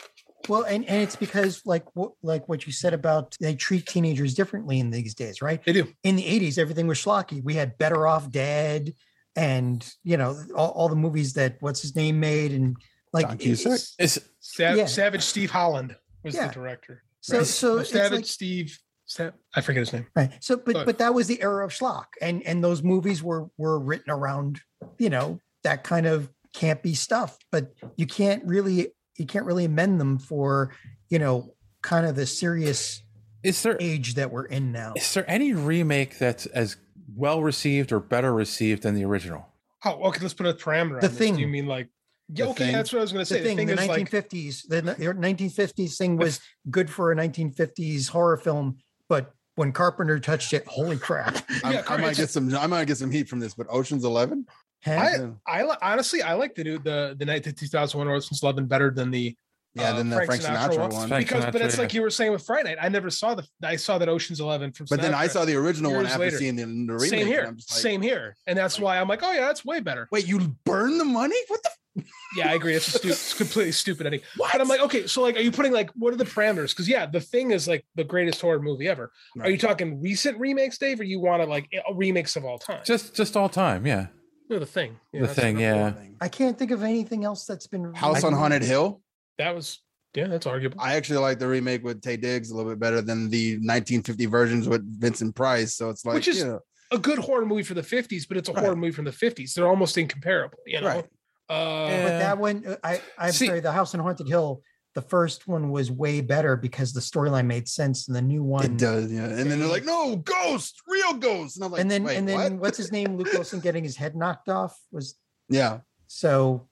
D: Well, and, and it's because like what like what you said about they treat teenagers differently in these days, right?
H: They do.
D: In the eighties, everything was schlocky. We had Better Off Dead, and you know all, all the movies that what's his name made, and like
I: Don
D: it's-
I: Cusack.
G: It's,
H: Sav-
D: Yeah.
H: Savage Steve Holland was
D: Yeah.
H: the director.
D: So- so it's
H: Savage
D: like-
H: Steve. Sa- I forget his name.
D: Right. So, but
H: But-
D: but that was the era of schlock, and and those movies were were written around you know that kind of campy stuff. But you can't really you can't really amend them for you know kind of the serious
G: is there
D: age that we're in now.
G: Is there any remake that's as well received or better received than the original?
H: Oh, okay. Let's put a parameter.
D: The
H: on this.
D: thing.
H: Do you mean like? Yeah.
D: The
H: okay.
D: Thing.
H: That's what I was going to say.
D: the thing, the
H: is like
D: 1950s, the ni- the 1950s thing was good for a 1950s horror film, but when Carpenter touched it, holy crap!
I: I'm-
H: Yeah,
I: I might
H: correct.
I: get some. I might get some heat from this, but Ocean's Eleven.
H: [LAUGHS] I, I li- honestly I like the new the the night the 2001 Ocean's Eleven better than the uh,
I: Yeah, than the Uh, Frank Sinatra one. Frank
H: because but
I: Sinatra,
H: it's like
I: yeah.
H: you were saying with Friday Night I never saw the I saw that Ocean's Eleven from
I: But then I
H: Sinatra
I: saw the original one
H: years
I: after seeing the, the remake.
H: same
I: and
H: here
I: I'm just like,
H: same here and that's why I'm like oh yeah that's way better
I: wait you burn the money what the
H: yeah I agree it's, a
I: [LAUGHS]
H: stu- it's completely stupid ending but I'm like okay so like are you putting like what are the parameters because yeah the thing is like the greatest horror movie ever are
I: Right.
H: you talking recent remakes Dave or you want to like a remix of all time
G: Just just all time, yeah.
H: no the thing Yeah,
G: the
H: that's
G: thing,
H: another
G: yeah.
H: one.
D: I can't think of anything else that's been
I: House on
D: remade.
I: Haunted Hill.
H: that was yeah that's arguable
I: I actually like the remake with Tay Diggs a little bit better than the 1950 versions with Vincent Price. So it's like,
H: which is
I: yeah,
H: a good horror movie for the 50s, but it's a
I: Right.
H: horror movie from the 50s. They're almost incomparable, you know.
I: Right.
H: Uh,
D: But that one, uh, I I'm
H: See-
D: sorry, the House on Haunted Hill, the first one was way better because the storyline made sense, and the new one
I: it does. Yeah. And then they're like, no, ghosts, real ghosts. And I'm like,
D: and then
I: wait,
D: and then
I: what?
D: what's his name, Luke Wilson, getting his head knocked off was
I: Yeah.
D: so.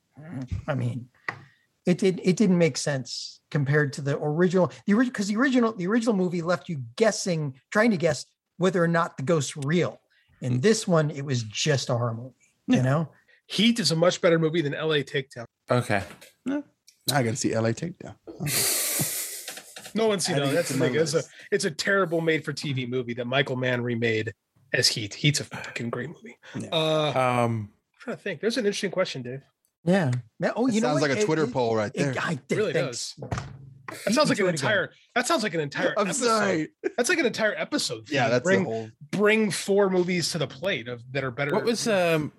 D: I mean, it did it didn't make sense compared to the original. The original because the original the original movie left you guessing, trying to guess whether or not the ghosts were real.
I: Hmm.
D: In this one, it was just a horror movie. You know,
H: Heat is a much better movie than LA Takedown.
G: Okay.
I: Now I got to see LA Takedown.
H: No one's seen
I: I
H: that.
I: think
H: That's the
I: it's on
H: thing.
I: my
H: It's a, it's a terrible made for TV movie that Michael Mann remade as Heat. Heat's a fucking great movie. Uh,
G: um,
H: I'm trying to think. There's an interesting question, Dave.
D: yeah. Yeah, Oh,
I: It
D: you know,
I: sounds
D: what?
I: like a
D: It-
I: Twitter
D: it-
I: poll right
D: it-
I: there.
D: I
H: It
D: did.
H: really
D: thanks.
H: does. That sounds like
D: do
H: an
D: it again.
H: entire. That sounds like an entire.
I: I'm
H: episode.
I: sorry.
H: That's like an entire episode.
I: Yeah, that's the
H: bring
I: whole-
H: bring four movies to the plate of that are better.
G: What was um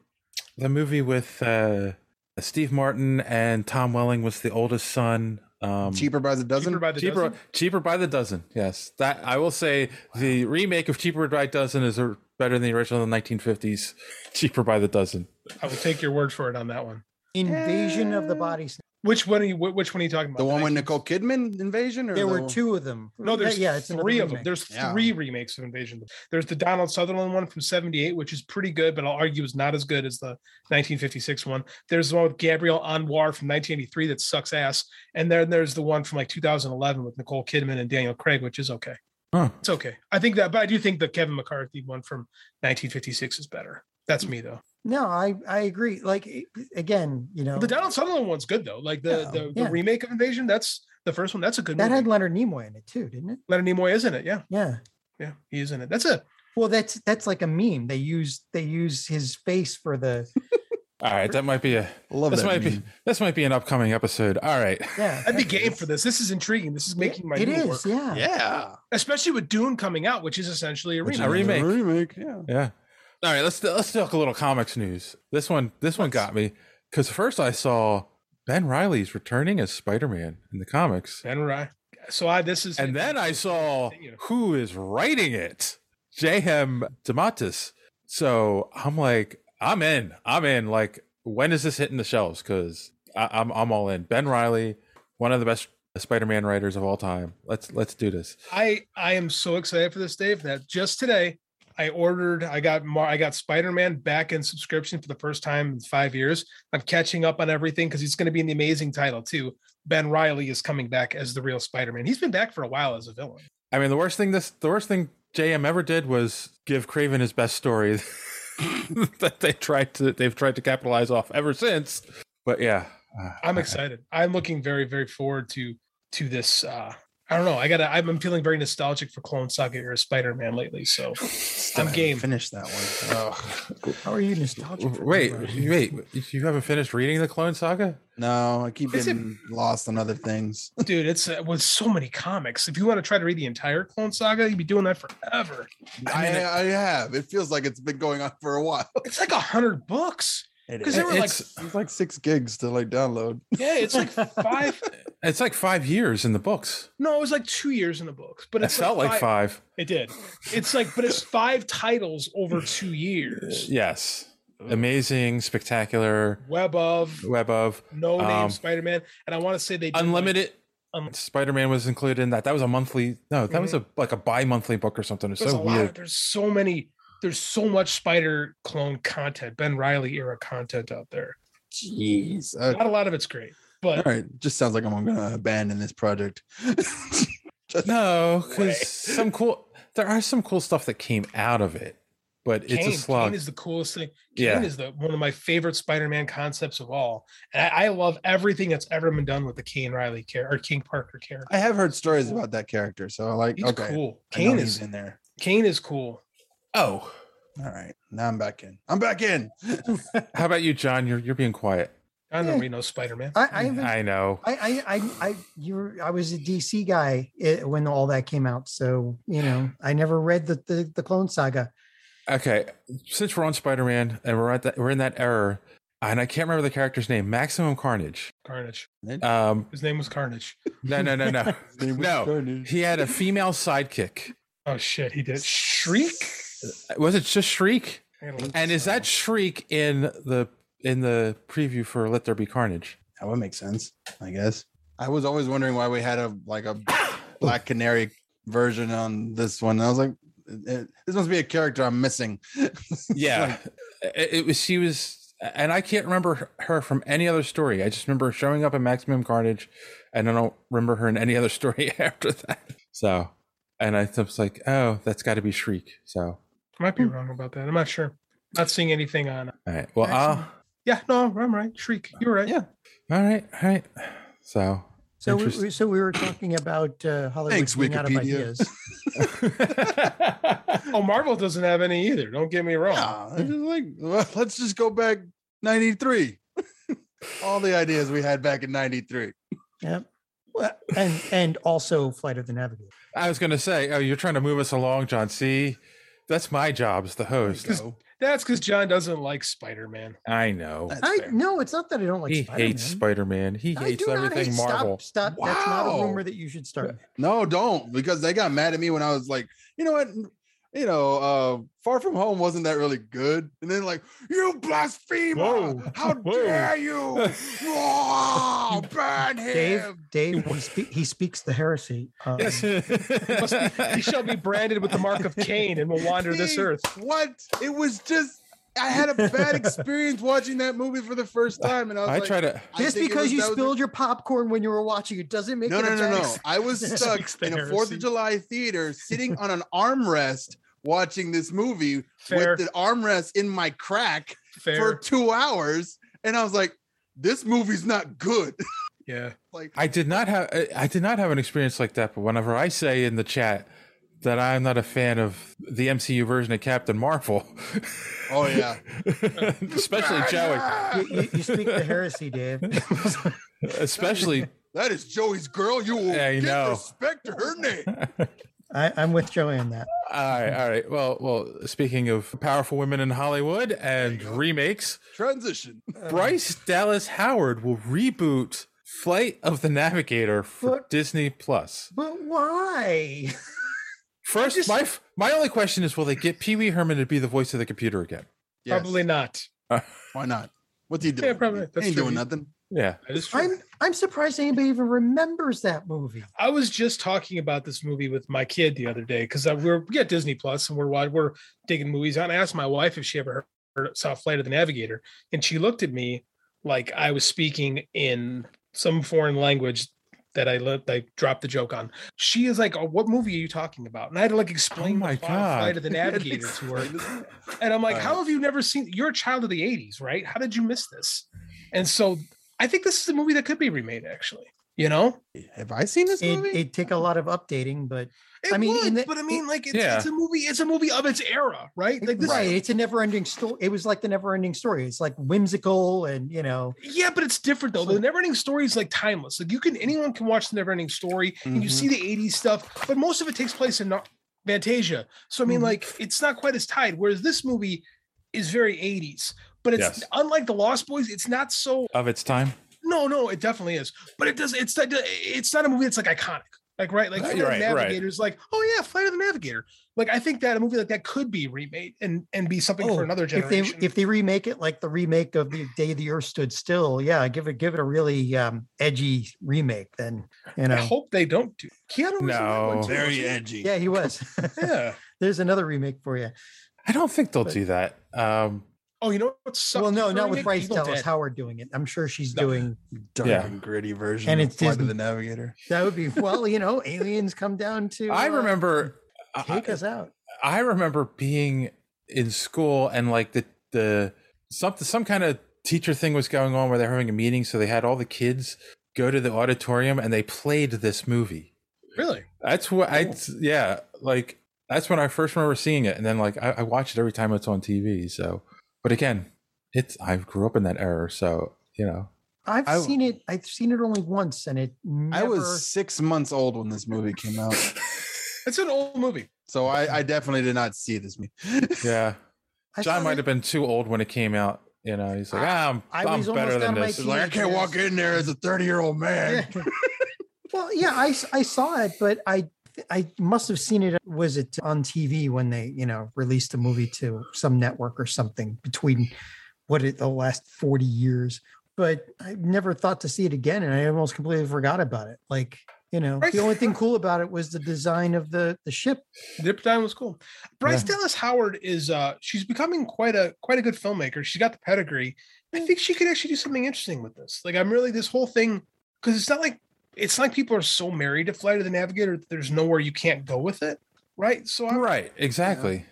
G: the movie with uh Steve Martin and Tom Welling was the oldest son? Um
I: Cheaper by the dozen.
H: Cheaper by the
G: cheaper,
H: Dozen?
G: cheaper by the dozen. Yes, that I will say the remake of Cheaper by the Dozen is a- better than the original in the 1950s. [LAUGHS] Cheaper by the dozen.
H: I will take your word for it on that one.
D: Invasion of the Body Snatchers.
H: Which one are you? wh- Which one are you talking about?
I: The one with Nicole Kidman invasion? Or
H: There were
I: the-
H: two of them. No, there's
I: Yeah,
H: yeah,
I: yeah, it's another
H: three of them.
I: remake.
H: There's
I: Yeah.
H: three remakes of Invasion. There's the Donald Sutherland one from '78, which is pretty good, but I'll argue is not as good as the 1956 one. There's the one with Gabrielle Anwar from 1983 that sucks ass, and then there's the one from like 2011 with Nicole Kidman and Daniel Craig, which is okay.
G: Huh.
H: It's okay. I think that, but I do think the Kevin McCarthy one from 1956 is better. That's me though.
D: No, I I agree. Like it- again, you know
H: The Donald Sutherland one's good though. Like the the, the
D: yeah.
H: remake of Invasion. That's the first one. That's a good.
D: that
H: movie.
D: had Leonard Nimoy in it too, didn't it?
H: Leonard Nimoy is in it. Yeah.
D: Yeah.
H: Yeah. He is in it. That's it.
D: Well, that's that's like a meme. They use they use his face for
H: [LAUGHS]
D: the
G: All right, that might be a
I: love
G: this
D: that
G: might be
D: meme.
G: this might be an upcoming episode. All right.
D: yeah.
H: I'd be game for this. This is intriguing. This is making my
D: it
H: noodle
D: is,
H: work.
D: yeah.
H: yeah. Especially with Dune coming out, which is essentially
G: [LAUGHS]
H: a
G: Which is
H: remake.
G: a
I: remake,
G: remake.
I: yeah.
G: Yeah. All right, let's let's talk a little comics news. This one this one got me cuz first I saw Ben Riley's returning as Spider-Man in the comics.
H: Ben Riley. So I this is
G: And then I saw who is writing it. J.M. Dematis. So, I'm like I'm in. I'm in like when is this hitting the shelves cuz I'm I'm all in. Ben Riley, one of the best Spider-Man writers of all time. Let's let's do this.
H: I I am so excited for this, Dave. That just today I ordered. I got Mar- I got Spider Man back in subscription for the first time in five years. I'm catching up on everything because he's going to be in the amazing title too. Ben Riley is coming back as the real Spider Man. He's been back for a while as a villain.
G: I mean, the worst thing this the worst thing JM ever did was give Craven his best story [LAUGHS] that they tried to they've tried to capitalize off ever since. But yeah, uh,
H: I'm excited. I'm looking very, very forward to to this. Uh, I don't know. I gotta. I'm I'm feeling very nostalgic for Clone Saga era Spider Man
I: [LAUGHS]
H: lately. So I'm game.
I: Finish that one.
D: How are you nostalgic? for
G: wait,
D: Ben Riley?
G: wait, you haven't finished reading the Clone Saga?
I: No, I keep
H: Is it-
I: getting lost on other things. [LAUGHS]
H: dude. It's uh, with so many comics. If you want to try to read the entire Clone Saga, you'd be doing that forever.
I: I, I, have. It feels like it's been going on for a while. [LAUGHS]
H: It's like a hundred books.
I: Because
H: is. there were, like-
I: it's like six gigs to like download.
H: Yeah,
I: [LAUGHS]
H: it's like five.
G: It's like five years in the books.
H: No, it was like two years in the books, but
G: But it
H: it's
G: felt like five.
H: It did. It's like, but it's five titles over two years.
G: Yes, amazing, spectacular
H: Web of
G: web of
H: no name
G: um,
H: Spider Man, and I want to say they did, like,
G: unlimited.
H: um, Mm-hmm.
G: Spider-Man was included in that. That was a monthly. No, that was a like a bi-monthly book or something. It's
H: there's
G: so
H: a lot.
G: weird.
H: There's so many. There's so much Spider Clone content, Ben Riley era content out there.
I: Jeez. Uh,
H: Not a lot of it's great,
I: all
H: but
I: right. Just sounds like I'm going to abandon this project.
G: No, because some cool. There are some cool stuff that came out of it, but
H: Kane,
G: it's a slog.
H: Kane is the coolest thing. Kane
G: Yeah.
H: is the one of my favorite Spider-Man concepts of all, and I, I love everything that's ever been done with the Kane Riley character or King Parker character.
I: I have heard stories about that character. So I like,
H: He's
I: okay.
H: cool.
I: I know
H: Kane
I: he's
H: is-
I: in there.
H: Kane is cool.
G: oh,
I: All right. Now I'm back in. I'm back in.
G: how about you, John? You're you're being quiet.
H: I don't really know Spider-Man.
D: I, I haven't
G: I know.
D: I, I, I, I, you, were- I was a DC guy eh, when all that came out, so you know, I never read the the, the Clone Saga.
G: Okay, since we're on Spider-Man and we're at that, we're in that error, and I can't remember the character's name. Maximum Carnage.
H: Carnage.
G: Um,
H: His name was Carnage.
G: no, no, no, no, no. He had a female sidekick.
H: Oh shit, he did. Shriek.
G: Was it just Shriek?
H: I don't think
G: And is that Shriek in the in the preview for Let There Be Carnage?
I: That would make sense, I guess. I was always wondering why we had a like a black canary version on this one. I was like, eh, this must be a character I'm missing.
G: yeah it, it was she was and i can't remember her- her from any other story i just remember her showing up in maximum carnage and i don't remember her in any other [LAUGHS] story after that so and i was like oh that's got to be shriek so
H: I might be wrong about that. I'm not sure. Not seeing anything on.
G: all right well uh,
H: Yeah, no, I'm right. Shriek. You're right.
I: Yeah.
G: all right all right so
D: So we,
G: interest-
D: we- so we were talking about uh, Hollywood
I: Thanks,
D: being out of
I: Wikipedia.
D: ideas.
I: [LAUGHS]
H: [LAUGHS] Oh, Marvel doesn't have any either. Don't get me wrong.
I: Nah, it's just like well, let's just go back 93. All the ideas we had back in 93.
D: Yep. Well, and and also Flight of the Navigator.
G: i was gonna say oh you're trying to move us along john c that's my job as the host
H: That's because John doesn't like Spider-Man.
G: [LAUGHS] i know
D: I no, it's not that I don't like
G: he
D: Spider-Man.
G: hates spider-man he
D: I
G: hates
D: do not
G: everything
D: hate-
G: marvel
D: Stop! stop. That's not a
I: Wow.
D: rumor that you should start.
I: No, don't because they got mad at me when I was like, you know what? you know, uh, Far From Home wasn't that really good. And then like, you blasphemer! How dare you? Whoa, burn him!
D: Dave, Dave, he, spe- he speaks the heresy. Um,
H: Yes. he, must be- he shall be branded with the mark of Cain and will wander this
I: See,
H: earth.
I: What? It was just. I had a bad experience watching that movie for the first time, and I was
G: I
I: like,
G: try to-
I: I
D: Just
I: think it
D: because
I: was-
D: you
I: that was-
D: spilled your popcorn when you were watching it doesn't make
I: no,
D: it
I: no,
D: a
I: no,
D: bad
I: no. I
H: [LAUGHS]
I: was
D: experience.
I: stuck in a Fourth of July theater, sitting on an armrest watching this movie
H: Fair.
I: with the armrest in my crack
H: Fair.
I: for two hours, and I was like, "This movie's not good." [LAUGHS]
H: Yeah.
I: like
G: I did not have I- I did not have an experience like that. But whenever I say in the chat that I'm not a fan of the MCU version of Captain Marvel, [LAUGHS]
I: Oh yeah.
G: especially Joey,
D: [LAUGHS] You, you- you speak the heresy,
H: [LAUGHS]
D: Dave.
G: especially
I: That is Joey's girl. You will
G: I know.
I: respect her name.
D: I, I'm with Joey on that.
G: All right, all right. Well, well. Speaking of powerful women in Hollywood and remakes,
I: Transition.
G: [LAUGHS] Bryce Dallas Howard will reboot Flight of the Navigator for Disney Plus.
D: But why?
G: First, my f- my only question is, will they get Pee Wee Herman to be the voice of the computer again?
H: Probably not.
I: Why not? What's he doing?
H: Yeah, probably. That's
I: He ain't
H: true.
I: doing nothing.
G: Yeah.
H: That is true.
D: I'm I'm surprised anybody even remembers that movie.
H: I was just talking about this movie with my kid the other day because we're we got Disney Plus and we're wa- we're digging movies out. And I asked my wife if she ever heard, saw Flight of the Navigator, and she looked at me like I was speaking in some foreign language that I let I dropped the joke on. She is like, oh, "What movie are you talking about?" And I had to like explain
G: Oh my
H: the plot of Flight
G: [LAUGHS]
H: of the
G: God.
H: Navigator to her, and I'm like,
G: All
H: "How
G: right.
H: have you never seen? You're a child of the '80s, right? How did you miss this?" And so I think this is a movie that could be remade, actually. You know,
I: Have I seen this
D: movie? It, it'd take a lot of updating, but
H: It
D: I mean,
H: would,
D: in the-
H: but I mean, like, it's,
G: Yeah.
H: it's a movie. It's a movie of its era, right? Like, this,
D: right, it's a never-ending story. It was like the never-ending story. It's like whimsical and you know.
H: Yeah, but it's different though. The Neverending Story is like timeless. Like, you can anyone can watch the Neverending Story, and you see
D: Mm-hmm.
H: the '80s stuff, but most of it takes place in Nor- Fantasia. So I
D: Mm-hmm.
H: mean, like, it's not quite as tied. Whereas this movie is very '80s, but it's
G: Yes.
H: unlike the Lost Boys. It's not so.
G: Of its time.
H: No, no, it definitely is. But it does. It's not- it's not a movie that's like iconic. Like right, like
G: Right,
H: Flight of the
G: right, right.
H: Navigator is like, oh yeah, Flight of the Navigator. Like I think that a movie like that could be remade and and be something for another
D: Oh, if they
H: generation.
D: if they remake it like the remake of the day the earth stood still, yeah, give it give it a really um, edgy remake. Then you know,
H: I hope they don't do. Keanu was in that one
G: No.
H: too,
G: Very
H: wasn't he?
D: yeah, he was.
H: Yeah.
D: [LAUGHS] There's another remake for you.
G: I don't think they'll do that. Um,
H: Oh, you know what? sucked
D: Well, no,
H: for
D: not
H: a
D: with
H: remake?
D: Bryce
H: Evil
D: Dallas
H: Dead.
D: Howard doing it. I'm sure she's doing.
I: Dark
G: Yeah.
I: and gritty version.
D: And
I: of
D: it's
I: Flight of
D: Disney.
I: the Navigator.
D: That would be well, you know, aliens come down to.
G: I
D: uh,
G: remember. uh,
D: take us out.
G: I remember being in school and like the the something some kind of teacher thing was going on where they're having a meeting, so they had all the kids go to the auditorium and they played this movie.
H: Really?
G: That's what I yeah like that's when I first remember seeing it, and then like I, I watch it every time it's on TV. So, but again, it's I grew up in that era, so you know.
D: I've
I: I-
D: seen it. I've seen it only once, and it. Never,
I: I was six months old when this movie came out,
H: It's an old movie.
I: so I, I definitely did not see this movie.
G: Yeah,
D: [LAUGHS] I
G: John
D: saw
G: might
D: it-
G: have been too old when it came out. You know, he's like, ah, I'm,
D: I
G: I'm
D: was almost
G: better than
D: out of my
G: this.
I: It's like I can't walk in there as a thirty-year-old man.
D: Yeah. well, yeah, I, s- I saw it, but I I must have seen it. Was it on TV when they you know released a movie to some network or something between what it the last forty years? But I never thought to see it again, and I almost completely forgot about it. Like you know,
H: Right.
D: the only thing cool about it was the design of the the ship.
H: Dip Down was cool. Bryce Dallas Howard is uh she's becoming quite a quite a good filmmaker. She's got the pedigree. I think she could actually do something interesting with this. Like I'm really this whole thing because it's not like it's not like people are so married to Flight of the Navigator that there's nowhere you can't go with it, right? So I'm
G: Right, exactly.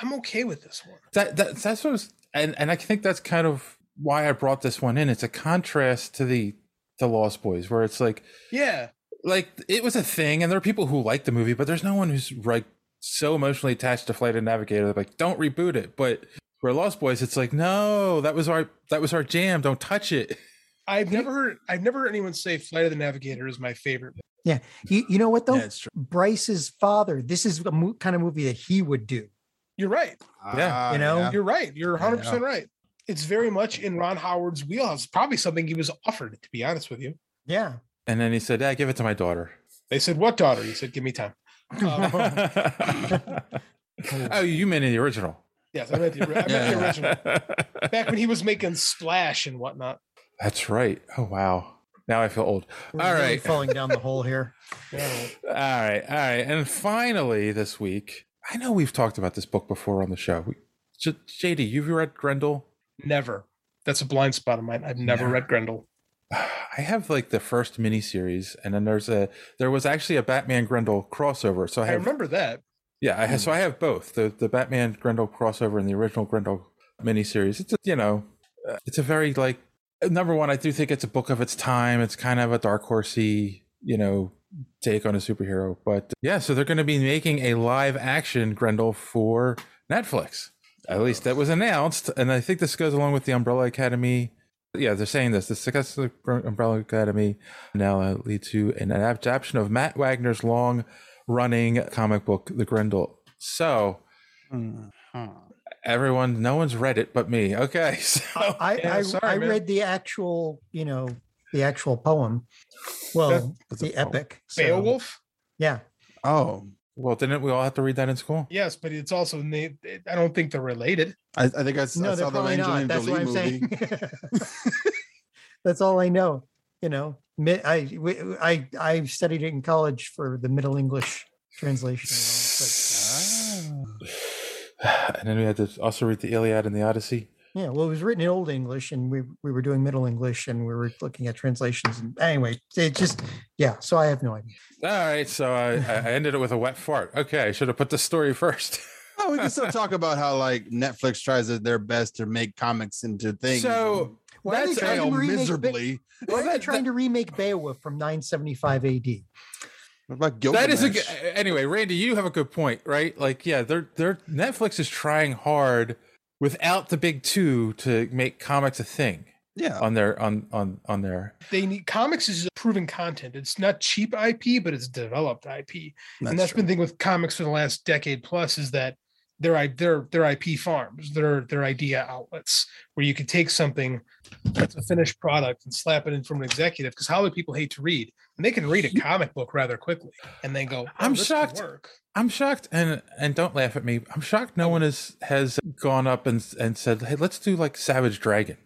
H: I'm okay with this one.
G: That, that that's what was, and and I think that's kind of why I brought this one in. It's a contrast to the the Lost Boys, where it's like
H: Yeah.
G: like it was a thing, and there are people who like the movie, but there's no one who's like so emotionally attached to Flight of Navigator. They're like, don't reboot it. But for Lost Boys, it's like, no, that was our that was our jam. Don't touch it.
H: I've never heard I've never heard anyone say Flight of the Navigator is my favorite.
D: Yeah, you, you know what though?
I: Yeah, it's true.
D: Bryce's father. This is a mo- kind of movie that he would do.
H: You're right. Ah,
G: Yeah.
D: You know?
H: You're right. You're 100 percent
I: know.
H: right. It's very much in Ron Howard's wheelhouse. Probably something he was offered, to be honest with you.
D: Yeah.
G: And then he said, "Yeah,
I: [LAUGHS]
G: give it to my daughter." [LAUGHS]
H: They said, "What daughter?" He said, "Give me time." Um,
G: Oh, you meant in the original.
H: Yes, I meant the, I meant the original. Back when he was making Splash and whatnot.
G: [LAUGHS] That's right. Oh wow. Now I feel old.
D: We're
G: all
D: really
G: right.
D: falling down the hole here.
G: All right. All right. And finally this week, I know we've talked about this book before on the show. We- J- JD, you've read Grendel? [SIGHS]
H: Never. That's a blind spot of mine. I've never
G: Yeah.
H: read Grendel.
G: I have like the first miniseries, and then there's a there was actually a Batman Grendel crossover. So I
H: I
G: have
H: remember that.
G: Yeah, I have, so I have both the the Batman Grendel crossover and the original Grendel miniseries. It's a, you know, uh, it's a very like number one. I do think it's a book of its time. It's kind of a dark horsey, you know, take on a superhero. But yeah, so they're going to be making a live action Grendel for Netflix. At least that was announced, and I think this goes along with the Umbrella Academy. Yeah, they're saying this. The success of the Umbrella Academy now uh, lead to an adaptation of Matt Wagner's long-running comic book, The Grendel. So
I: Mm-hmm.
G: everyone, no one's read it but me. Okay, [LAUGHS] so
D: I,
G: Yeah,
D: I,
G: sorry,
D: I
G: man.
D: read the actual, you know, the actual poem. Well, the epic. so-
H: Beowulf?
D: Yeah.
I: Oh.
G: Well, didn't we all have to read that in school?
H: Yes, but it's also na- I don't think they're related.
I: I, I think I, s-
D: No,
I: I
D: they're
I: saw the
D: probably not.
I: Angelina
D: That's
I: Jolie
D: what I'm
I: movie.
D: saying. [LAUGHS] That's all I know. You know, Mi- I we- I I studied it in college for the Middle English translation. and all,
I: "Ah."
G: And then we had to also read the Iliad and the Odyssey.
D: but, yeah, well, it was written in Old English, and we we were doing Middle English, and we were looking at translations. And anyway, it just yeah. So I have no idea.
G: All right, so I, I ended it with a wet fart. Okay, I should have put the story first.
I: Oh, we can still talk about how like Netflix tries their best to make comics into things.
G: So
D: Why are they
I: that's
D: trying to
I: failed
D: remake Be-
I: miserably.
D: Why are they trying to remake Beowulf from 975 AD?
I: What about
G: That is a good, anyway, Randy. You have a good point, right? Like, yeah, they're they're Netflix is trying hard without the big two to make comics a thing.
I: Yeah,
G: on their on on on their
H: They need comics is proven content. It's not cheap IP, but it's developed IP.
I: That's
H: and that's been the thing with comics for the last decade plus is that they're i- they're they're IP farms, they're they're idea outlets where you can take something that's a finished product and slap it in from an executive because how do people hate to read? And they can read a comic book rather quickly and they go, oh,
G: I'm
H: this could
G: shocked.
H: work.
G: I'm shocked, and and don't laugh at me. I'm shocked no one has has gone up and and said, hey, let's do like Savage Dragon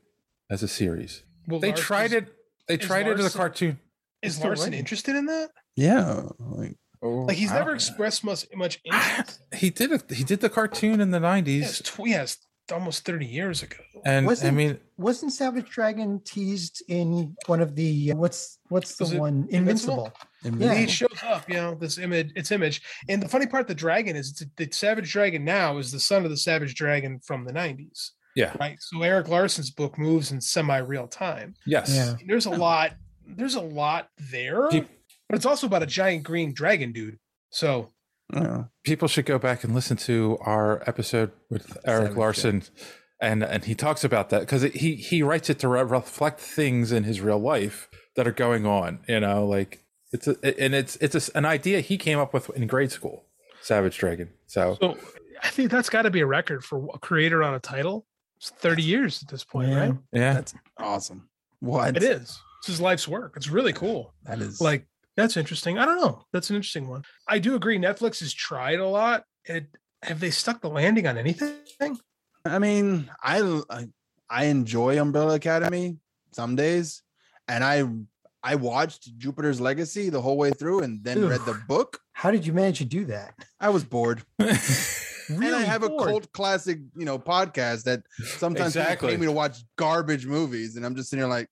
G: as a series.
H: Well,
G: they
H: Lars-
G: tried
H: is-
G: it. They
H: is
G: tried it as
H: Larson-
G: a cartoon.
H: Is
G: Still
H: Larson
G: writing.
H: interested in that?
I: Yeah, like,
H: Like he's
G: I don't-
H: never expressed much much interest.
G: He did a, he did the cartoon in the
H: Yes,
G: nineties,
H: tw- yes, almost thirty years ago.
G: and I
D: Wasn't-
G: mean,
D: Wasn't Savage Dragon teased in one of the uh, what's what's the
H: Was it
D: one Invincible?
H: Invincible?
D: Yeah.
H: He shows up, you know, this image, its image. And the funny part, the dragon is it's- the savage dragon now is the son of the savage dragon from the 90s,
G: yeah,
H: right? So Eric Larson's book moves in semi real time.
G: yes,
D: Yeah.
H: There's a lot, there's a lot there,
G: Peop-
H: but it's also about a giant green dragon dude. So
G: people should go back and listen to our episode with Eric
I: Savage
G: Larson, and and he talks about that because he he writes it to re- reflect things in his real life that are going on. You know, like it's a, and it's it's a s an idea he came up with in grade school, Savage Dragon. So,
H: So I think that's got to be a record for a creator on a title. It's 30 years at this point,
D: Yeah.
H: right?
G: yeah,
I: that's awesome. What
H: It is. It's his life's work. It's really cool.
I: That is
H: Like that's interesting. I don't know. That's an interesting one. I do agree. Netflix has tried a lot. It, have they stuck the landing on anything?
I: I mean, I, I I enjoy Umbrella Academy some days, and I I
G: [LAUGHS]
I: watched Jupiter's Legacy the whole way through, and then read the
D: Oof.
I: book.
D: How did you manage to do that?
I: I was bored. and I
D: Really
I: have
D: bored.
I: a cult classic, you know, podcast that sometimes people
G: Exactly.
I: pay me to watch garbage movies, and I'm just sitting here like,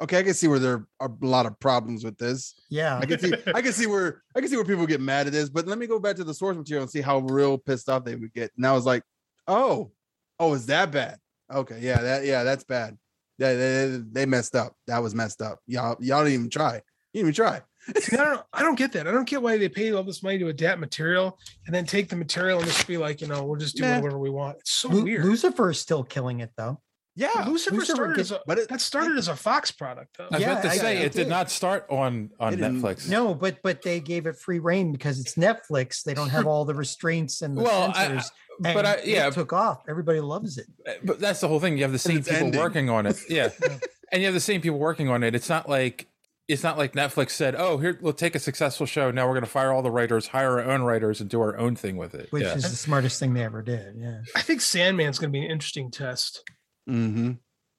I: okay, I can see where there are a lot of problems with this.
D: Yeah.
I: I can see, I can see where, I can see where people get mad at this. But let me go back to the source material and see how real pissed off they would get. And I was like, oh, oh, is that bad? Okay, yeah, that, yeah, that's bad. They, they, they messed up. That was messed up. Y'all, y'all didn't even try. You didn't even try.
H: See, I don't. I don't get that. I don't get why they paid all this money to adapt material and then take the material and just be like, you know, we'll just do
I: Nah.
H: whatever we want. It's so
D: Lu-
H: weird.
D: Lucifer is still killing it though.
I: Yeah,
H: Lucifer,
D: Lucifer
H: started
D: get-
H: as a,
I: but it,
H: that started as a Fox product though.
G: I was about
D: Yeah,
G: to
D: I-
G: say
D: I
G: it did
D: did.
G: not start on on
I: It didn't-
G: Netflix.
D: No, but but they gave it free reign because it's Netflix. They don't have all the restraints and the
G: Well, I-
D: censors.
G: but
D: and
G: I-
D: it
G: yeah.
D: took off. Everybody loves it.
G: but that's the whole thing. You have the same
I: it's [LAUGHS]
G: people
I: ending.
G: working on it. Yeah. and you have the same people working on it. It's not like it's not like Netflix said, "Oh, here, we'll take a successful show. Now we're going to fire all the writers, hire our own writers, and do our own thing with it."
D: which
G: yeah.
D: is the smartest thing they ever did. Yeah.
H: I think Sandman's going to be an interesting test.
I: Mm-hmm.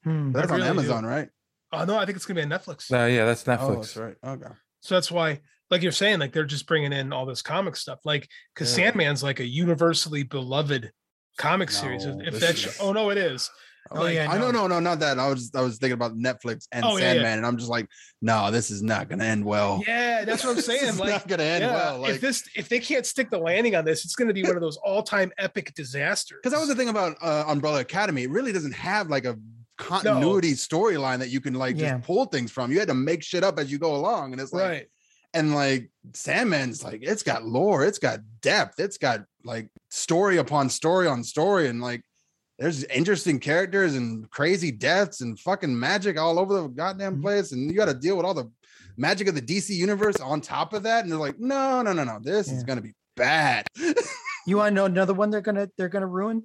D: Hmm.
I: That's
H: I
I: on
H: really
I: Amazon,
H: do.
I: right?
H: Oh no, I think it's going to be on Netflix.
G: Uh, yeah, that's Netflix.
I: Oh, that's right. Okay.
H: So that's why, like you're saying, like they're just bringing in all this comic stuff, like because
I: Yeah.
H: Sandman's like a universally beloved comic series. If-
I: No,
H: If
I: this
H: that's
I: is-
H: oh no, it is.
I: Oh
H: Like,
I: yeah, I no, no, no, not that. I was I was thinking about Netflix and
H: Oh, yeah, yeah.
I: Sandman, and I'm just like, no, this is not gonna end well.
H: Yeah, that's what
I: [LAUGHS]
H: I'm
I: This
H: saying.
I: is
H: like,
I: not gonna end
H: yeah,
I: well, like-
H: if this, if they can't stick the landing on this, it's going to be one of those all-time epic disasters.
I: Because that was the thing about uh, Umbrella Academy. It really doesn't have like a continuity storyline that you can like
H: Yeah.
I: just pull things from. You had to make shit up as you go along, and it's like,
H: Right.
I: and like Sandman's like it's got lore, it's got depth, it's got like story upon story on story, and like there's interesting characters and crazy deaths and fucking magic all over the goddamn place, and you got to deal with all the magic of the DC universe on top of that, and they're like, no, no, no, no, this is gonna be bad.
D: You want to know another one they're gonna they're gonna ruin?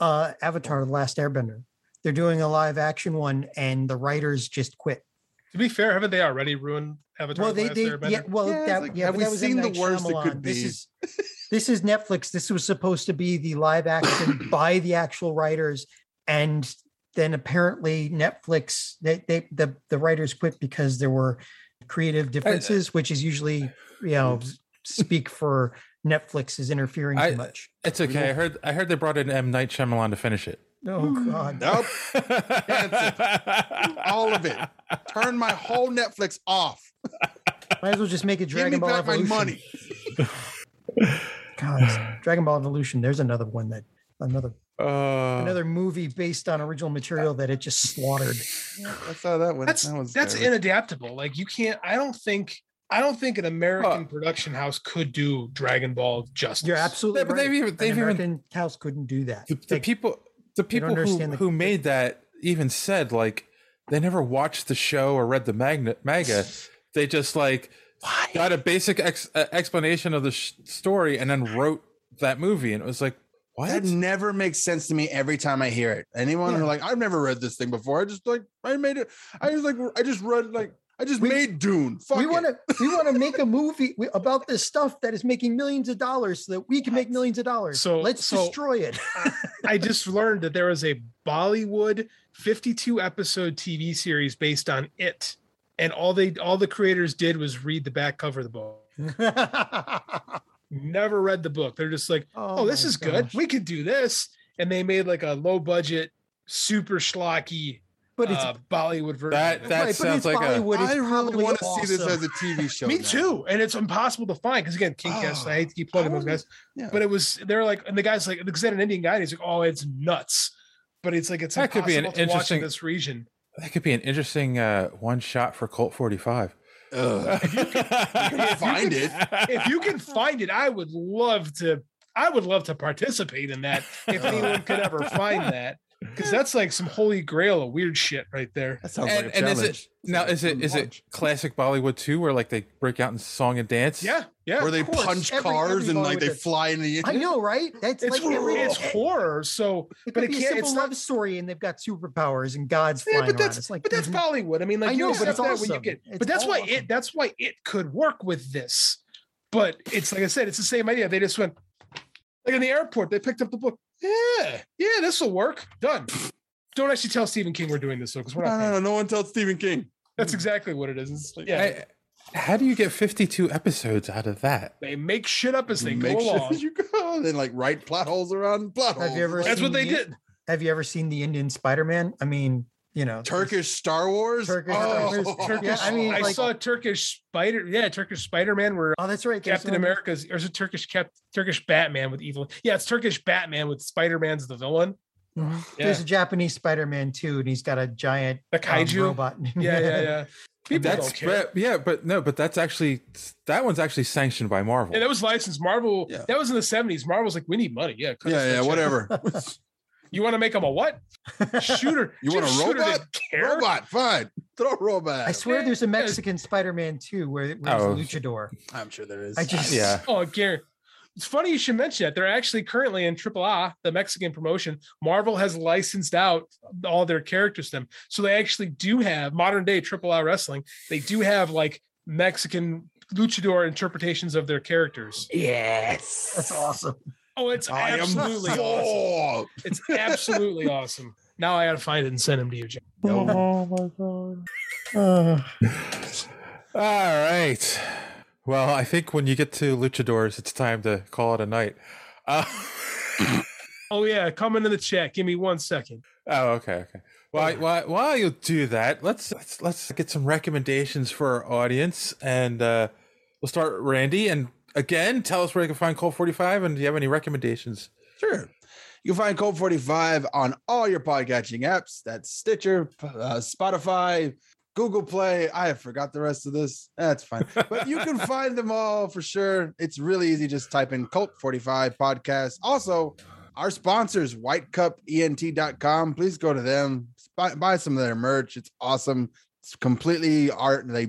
D: Uh, Avatar: The Last Airbender. They're doing a live action one, and the writers just quit.
H: To be fair, haven't they already ruined Avatar?
D: Well,
H: The
D: they
H: Last
D: they
H: Airbender?
D: yeah. Well, that, yeah, but that was M. Night Shyamalan. This is this is Netflix. This was supposed to be the
I: [COUGHS]
D: live action by the actual writers, and then apparently Netflix they, they the the writers quit because there were
I: uh,
D: creative differences, which is usually you know speak for Netflix is interfering
G: I-
D: too much.
G: it's okay. I heard. I heard they brought in M Night Shyamalan to finish it.
D: Oh
I: hmm. [LAUGHS]
D: God.
G: [LAUGHS]
I: Nope. Cancel. All of it. Turn my whole Netflix off.
D: Might as well just make it
I: Give me
D: Dragon Ball
I: back my
D: Evolution.
I: money.
D: God,
I: [SIGHS]
D: it's Dragon Ball Evolution. There's another one that another
G: Uh,
D: another movie based on original material that it just slaughtered.
I: That's how that went.
H: that's that's inadaptable. Like you can't. I don't think. I don't think an American production house could do Dragon Ball justice.
D: You're absolutely
H: Yeah, but
D: right.
H: they've even-
D: An
H: they've even-
D: American house couldn't do that.
G: The, the people,
D: they
G: the
D: don't
G: people who,
D: understand the-
G: who made that even said like they never watched the show or read the magna, manga. They just like got a basic ex, uh, explanation of the sh- story and then wrote that movie, and it was like, what?
I: That never makes sense to me every time I hear it. Anyone who like, I've never read this thing before. I just like, I made it. I was like, I just read like, I just made Dune. Fuck
D: we
I: it.
D: want to we want to make a movie [LAUGHS] wi- about this stuff that is making millions of dollars so that we can make millions of dollars.
H: So
D: let's
H: so
D: destroy
H: [LAUGHS]
D: it. [LAUGHS]
H: I just learned that there is a Bollywood 52 episode TV series based on it, and all they all the creators did was read the back cover of the book. Never read the book. They're just like, oh,
D: Oh
H: this
D: my
H: is good. We could do this, and they made like a low budget, super schlocky,
D: But
H: but
D: it's-
H: it's Bollywood version.
G: That-
H: of it.
G: Uh, that Right, but sounds it's like a- Bollywood.
D: It's
I: I really
D: probably
I: want to see this as
D: awesome.
I: a TV show.
H: Me
I: now.
H: too. And it's impossible to find because again, Kingcast. I hate to keep plugging those guys,
I: yeah.
H: but it was they're like, and the guy's like, because they had an Indian guy, and he's like, oh, it's nuts. But it's like it's
G: That could be an
H: impossible to watch in
G: interesting-
H: this region.
G: that could be an interesting uh, one shot for Colt Forty Five. [LAUGHS]
I: Ugh. find it.
H: If you can find it, I would love to. I would love to participate in that if anyone could ever find that, because that's like some holy grail of weird shit right there.
I: That sounds
G: And,
I: like a
G: and is
I: challenge.
G: it now? Is it is it classic Bollywood too, where like they break out in song and dance?
H: Yeah, yeah.
I: Where
H: of
I: they
H: course.
I: punch
D: Every-
I: cars and
D: everybody
I: like
D: with
I: they
D: it.
I: fly in the.
D: I know, right? That's
H: It's,
D: like every,
H: it's horror, so
D: It
H: but
D: could
H: it
D: be a
H: can't.
D: simple
H: It's not
D: love story, and they've got superpowers and gods
H: Yeah,
D: flying
H: but
D: around.
H: that's
D: It's like,
H: but that's
D: mhm.
H: Bollywood. I mean, like
D: I
H: you
D: know, but it's
H: accept that when you
D: awesome.
H: get,
D: It's
H: but that's why
D: awesome.
H: it that's why it could work with this. But it's like I said, it's the same idea. They just went like in the airport. They picked up the book. Yeah, yeah, this will work. Done. Don't actually tell Stephen King we're doing this though, because we're
I: No,
H: not.
I: no,
H: paying.
I: no, no one tells Stephen King.
H: That's exactly what it is. It's like, yeah,
G: I- how do you get fifty-two episodes out of that?
H: they make shit up as they
I: Make
H: go
I: sure [LAUGHS]
H: along.
I: you go and then like write plot holes around plot holes.
D: Have you ever
H: That's
D: seen
H: what they
D: the-
H: did.
D: Have you ever seen the Indian Spider-Man? I mean, you know,
I: Turkish Star Wars.
D: Turkish
I: Oh.
D: Star Wars.
H: Turkish.
D: Yeah, I
H: I
D: mean, like-
H: saw Turkish Spider. Yeah, Turkish Spider Man. Where
D: oh, that's right, there's
H: Captain
D: one-
H: America's or is it Turkish Cap, Turkish Batman with evil? Yeah, it's Turkish Batman with Spider Man's the villain.
I: Mm-hmm.
D: Mhm.
H: Yeah.
D: There's a Japanese Spider-Man too, and he's got a giant
H: The
D: um,
H: kaiju?
D: robot. [LAUGHS]
H: Yeah,
I: [LAUGHS]
H: yeah, yeah. People
G: that's
H: don't care.
G: but- yeah, but no, but that's actually that one's actually sanctioned by Marvel.
H: Yeah, that was licensed. Marvel.
I: Yeah.
H: That was in the seventies. Marvel's like, we need money. Yeah, cut us
I: Yeah,
H: that
I: yeah,
H: check.
I: whatever.
H: [LAUGHS] You want to make them a what? Shooter.
I: [LAUGHS] You want a
H: Just shooter, they
I: robot?
H: Care?
I: Robot, fine. Throw a robot.
D: I
I: at 'em.
D: swear, there's a
H: Yeah.
D: Mexican Spider-Man too, where where's
G: Oh.
D: luchador?
I: I'm sure there is.
D: I just
G: yeah.
H: Oh, Gary. It's funny you should mention that. They're actually currently in AAA, the Mexican promotion. Marvel has licensed out all their characters to them. So they actually do have modern day AAA wrestling. They do have like Mexican luchador interpretations of their characters.
D: Yes. That's awesome.
H: Oh, it's
D: I am
H: absolutely
J: [LAUGHS]
D: sold.
H: awesome. It's absolutely awesome. Now I gotta find it and send him to you, Jim.
D: Oh my god. Uh,
G: All right. Well, I think when you get to luchadors, it's time to call it a night. Uh, [LAUGHS]
H: Oh yeah, come into the chat. Give me one second.
G: oh, okay, okay. While, while, while you do that, let's, let's let's get some recommendations for our audience, and uh, we'll start Randy. And again, tell us where you can find Cole Forty Five, and do you have any recommendations?
I: Sure. You can find Code 45 on all your podcatching apps. That's Stitcher, uh, Spotify, Google Play. I forgot the rest of this. That's fine. But you can find them all for sure. It's really easy. Just type in Cult 45 podcast. Also, our sponsors, E whitecupent.com. Please go to them, buy, buy some of their merch. It's awesome. It's completely art. They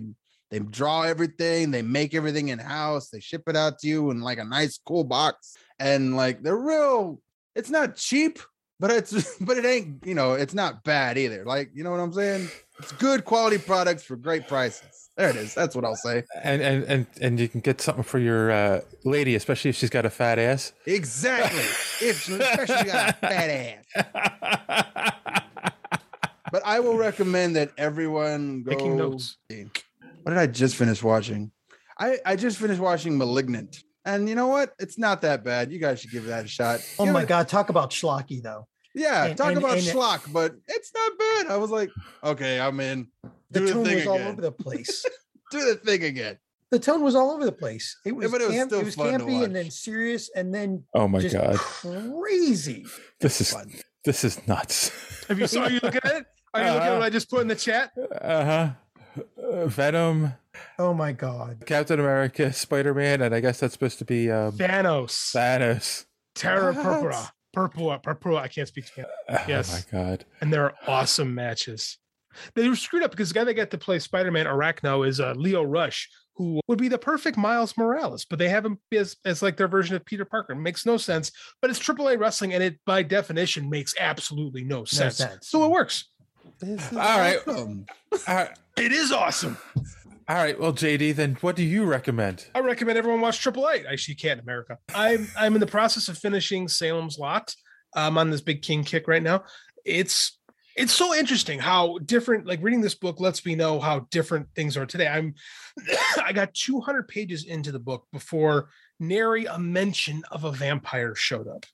I: they draw everything, they make everything in house, they ship it out to you in like a nice cool box. And like they're real, it's not cheap, but it's [LAUGHS] but it ain't, you know, it's not bad either. Like, you know what I'm saying? It's good quality products for great prices. There it is. That's what I'll say.
G: And and and and you can get something for your uh, lady, especially if she's got a fat ass.
I: Exactly. if you especially if you
D: [LAUGHS]
I: got a fat ass.
G: [LAUGHS]
I: but I will recommend that everyone go
H: Taking notes.
I: What did I just finish watching? I, I just finished watching Malignant. And you know what? It's not that bad. You guys should give that a shot.
D: oh
I: Give
D: my
I: it-
D: god, talk about schlocky though.
I: Yeah,
D: And-
I: talk
D: and-
I: about
D: and-
I: schlock, but it's not bad. I was like, okay, I'm in.
D: The
I: Do the
D: tone
I: thing
D: was all
I: again.
D: over
I: [LAUGHS]
D: the place.
I: Do the thing again.
D: The tone was all over the place. It was,
I: but it was
D: camp-
I: still
D: it was
I: fun to
D: campy and then serious and then
G: Oh my
I: [SIGHS]
D: just
G: God.
D: crazy.
G: This is this is nuts.
H: Have you saw you looking at it? Are you looking at what I just put in the chat?
G: Uh-huh. Uh, Venom,
D: Oh my god.
G: Captain America, Spider Man, and I guess that's supposed to be um,
H: Thanos.
G: Thanos.
H: Terra
D: What?
H: Purpura. Purpura. Purpura. I can't speak Spanish. Yes.
G: Oh my god.
H: and they're awesome matches. They were screwed up because the guy that got to play Spider-Man Arachno is uh, Leo Rush, who would be the perfect Miles Morales, but they have him as, as like their version of Peter Parker. It makes no sense, but it's AAA wrestling, and it by definition makes absolutely no sense.
D: sense.
H: So it works.
G: All right. All right.
H: It is awesome.
G: All right. Well, JD, then what do you recommend?
H: I recommend everyone watch Triple Eight. Actually, you can't in America. I'm I'm in the process of finishing Salem's Lot. I'm on this big King kick right now. It's it's so interesting how different. Like reading this book lets me know how different things are today. I'm [COUGHS] I got 200 pages into the book before nary a mention of a vampire
I: [LAUGHS]
H: showed up.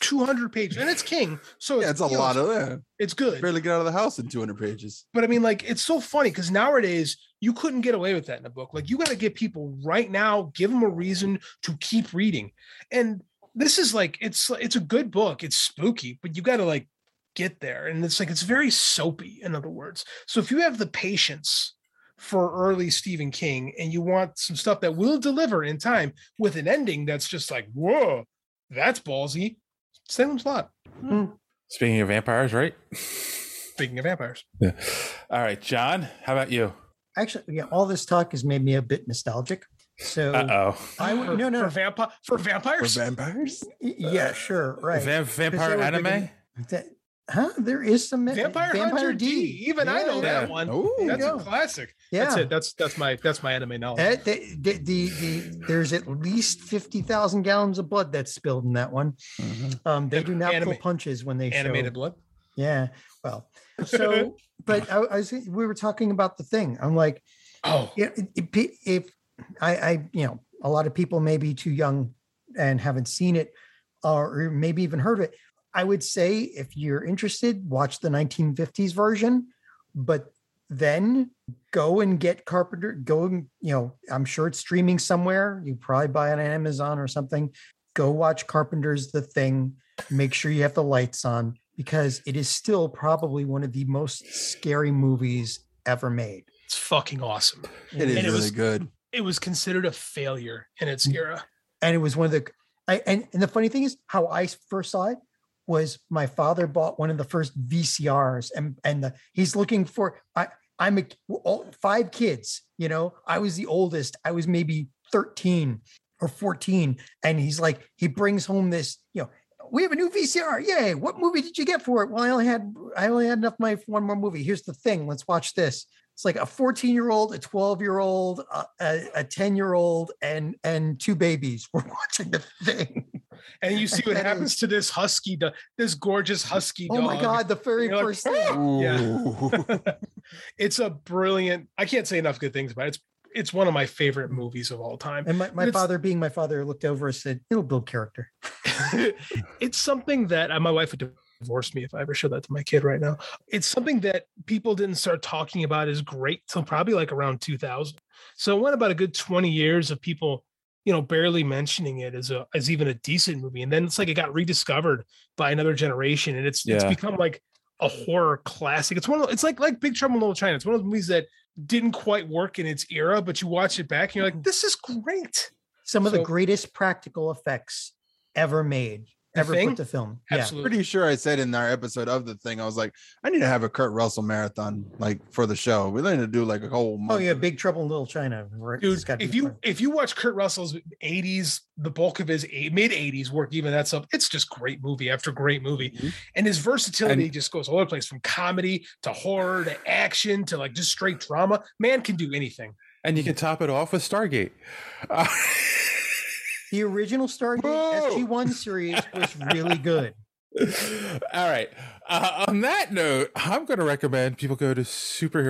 H: 200 pages, and it's King, so
I: Yeah, it's a lot of that.
H: It's good.
I: Barely get out of the house in 200 pages.
H: But I mean, like, it's so funny because nowadays you couldn't get away with that in a book. Like, you got to get people right now, give them a reason to keep reading. And this is like, it's it's a good book. It's spooky, but you got to like get there. And it's like it's very soapy, in other words. So if you have the patience for early Stephen King and you want some stuff that will deliver in time with an ending that's just like, whoa, that's ballsy. Salem's Lot.
D: Hmm.
G: Speaking of vampires, right?
H: Speaking of vampires.
G: Yeah. All right, John. How about you?
D: Actually, yeah, all this talk has made me a bit nostalgic. So
G: Uh oh.
D: I would
H: For-
D: no no
H: for vampire for vampires.
I: vampires?
D: y-
H: Uh,
D: yeah, sure, right.
G: Vam-
D: 'Cause
G: vampire
D: they were
G: anime?
D: thinking That, huh? There is some
H: Vampire, Hunter D. Even I know that one.
I: Ooh.
D: There you
H: that's a
D: go.
H: classic. That's
D: Yeah.
H: it. That's that's my that's my anime knowledge.
D: Uh, the, the, the, the, there's at least 50,000 gallons of blood that's spilled in that one. Um, they do not pull
H: Anime-
D: punches when they
H: Mm-hmm. Animated
D: show.
H: blood.
D: Yeah.
H: [LAUGHS]
D: Well, so, but I, I was, we were talking about the thing. I'm like,
H: Oh,
D: yeah, it- it pe- if I, I, you know, a lot of people may be too young and haven't seen it or maybe even heard of it. I would say if you're interested, watch the 1950s version, but then go and get Carpenter. Go and, you know, I'm sure it's streaming somewhere. You probably buy it on Amazon or something. Go watch Carpenter's The Thing. Make sure you have the lights on because it is still probably one of the most scary movies ever made.
H: it's fucking awesome.
I: It is
H: And it
I: really
H: was-
I: good.
H: It was considered a failure in
D: Mm.
H: its era.
D: and it was one of the I, and and the funny thing is how I first saw it was my father bought one of the first VCRs and and the, he's looking for I I'm a all, five kids you know I was the oldest I was maybe 13 or 14 and he's like he brings home this you know we have a new VCR. Yay. What movie did you get for it? Well, I only had I only had enough money for one more movie. Here's the thing. Let's watch this. It's like a 14 year old, a 12 year old, a 10 year old, and and two babies were [LAUGHS] watching the
H: [LAUGHS]
D: thing.
H: And you
D: [LAUGHS]
H: see what happens to this husky, do- this gorgeous husky
D: Oh
H: dog.
D: my God, the very
H: You're like,
D: first
H: "Ah!" Yeah. [LAUGHS] it's a brilliant, I can't say enough good things about it. It's, it's one of my favorite movies of all time.
D: And my,
H: But
D: my
H: it's-
D: father, being my father, looked over and said, It'll build character.
H: it's something that uh, my wife would divorce me if I ever showed that to my kid right now. It's something that people didn't start talking about as great till probably like around 2000. So it went about a good 20 years of people, you know, barely mentioning it as a as even a decent movie. And then it's like it got rediscovered by another generation, and it's it's
G: Yeah.
H: become like a horror classic. It's one of it's like like Big Trouble in Little China. It's one of those movies that didn't quite work in its era, but you watch it back and you're like, this is great.
D: Some of the
H: So-
D: greatest practical effects ever made,
I: The
D: ever
I: Thing?
D: put to film.
I: Absolutely. Pretty sure I said in our episode of the thing, I was like, I need to have a Kurt Russell marathon like for the show. We need to do like a whole
D: Yeah. Oh,
I: month.
D: yeah. Big Trouble in Little China. Right?
H: Dude,
D: It's gotta
H: if
D: be
H: you
D: fun.
H: if you watch Kurt Russell's 80s, the bulk of his mid 80s work, even that stuff, it's just great movie after great movie. And his versatility
G: Mm-hmm. And-
H: just goes all over the place from comedy to horror to action to like just straight drama. Man can do anything.
G: And you can top it off with Stargate. [LAUGHS] Uh,
D: the original Stargate SG1 series was really
H: [LAUGHS]
D: good.
G: All right. Uh, on that note, I'm going to recommend people go to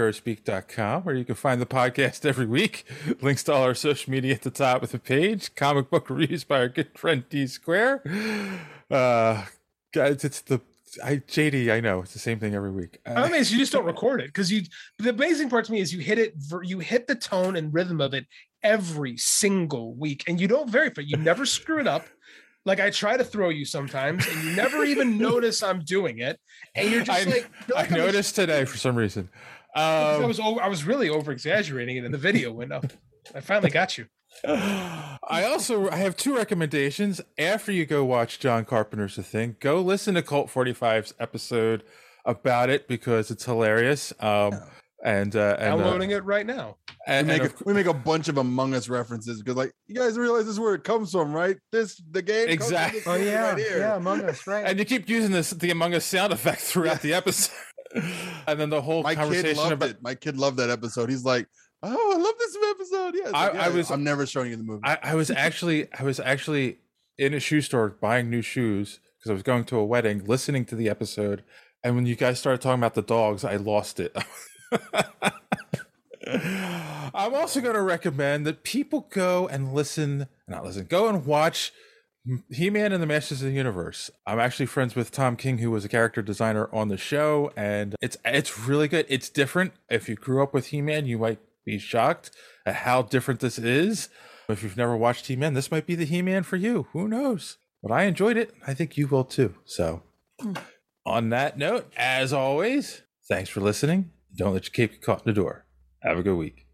G: superheroespeak.com where you can find the podcast every week. Links to all our social media at the top of the page. Comic book reviews by our good friend D Square. Uh, guys, it's the I, JD. I know it's the same thing every week. Uh,
H: I mean, it's- you just don't record it because you. The amazing part to me is you hit it, ver- you hit the tone and rhythm of it every single week, and you don't verify. You never screw it up. Like I try to throw you sometimes, and you never even
G: [LAUGHS]
H: notice I'm doing it, and you're just
G: I,
H: like, you're
G: I
H: like, was-
G: noticed today for some reason.
H: I
G: Um,
H: was over, I was really over exaggerating it in the video window. I finally got you.
G: I also I have two recommendations. After you go watch John Carpenter's The Thing, go listen to Cult 45's episode about it because it's hilarious. Um, and uh, and uh,
H: Downloading it right now. uh,
G: and-
I: we, make
G: and
I: a, we make a bunch of Among Us references because, like, you guys realize this is where it comes from, right? This the game. comes from this
G: Exactly. Oh,
I: game
G: yeah.
I: right here.
D: Yeah, Among Us, right?
G: and you keep using this the Among Us sound effect throughout the episode, [LAUGHS] and then the whole
I: My kid
G: conversation
I: loved
G: about
I: it. My kid loved that episode. He's like, "Oh, I love this episode." Yeah, it's
G: I-
I: like, yeah,
G: I was-
I: I'm never showing you the movie.
G: I, I was actually I was actually in a shoe store buying new shoes because I was going to a wedding, listening to the episode, and when you guys started talking about the dogs, I lost it. [LAUGHS] I'm also going to recommend that people go and listen, not listen, go and watch He Man and the Masters of the Universe. I'm actually friends with Tom King, who was a character designer on the show, and it's it's really good. It's different. If you grew up with He Man, you might be shocked at how different this is. If you've never watched He Man, this might be the He Man for you. Who knows? But I enjoyed it. I think you will too. So, on that note, as always, thanks for listening. Don't let your cape get caught in the door. Have a good week.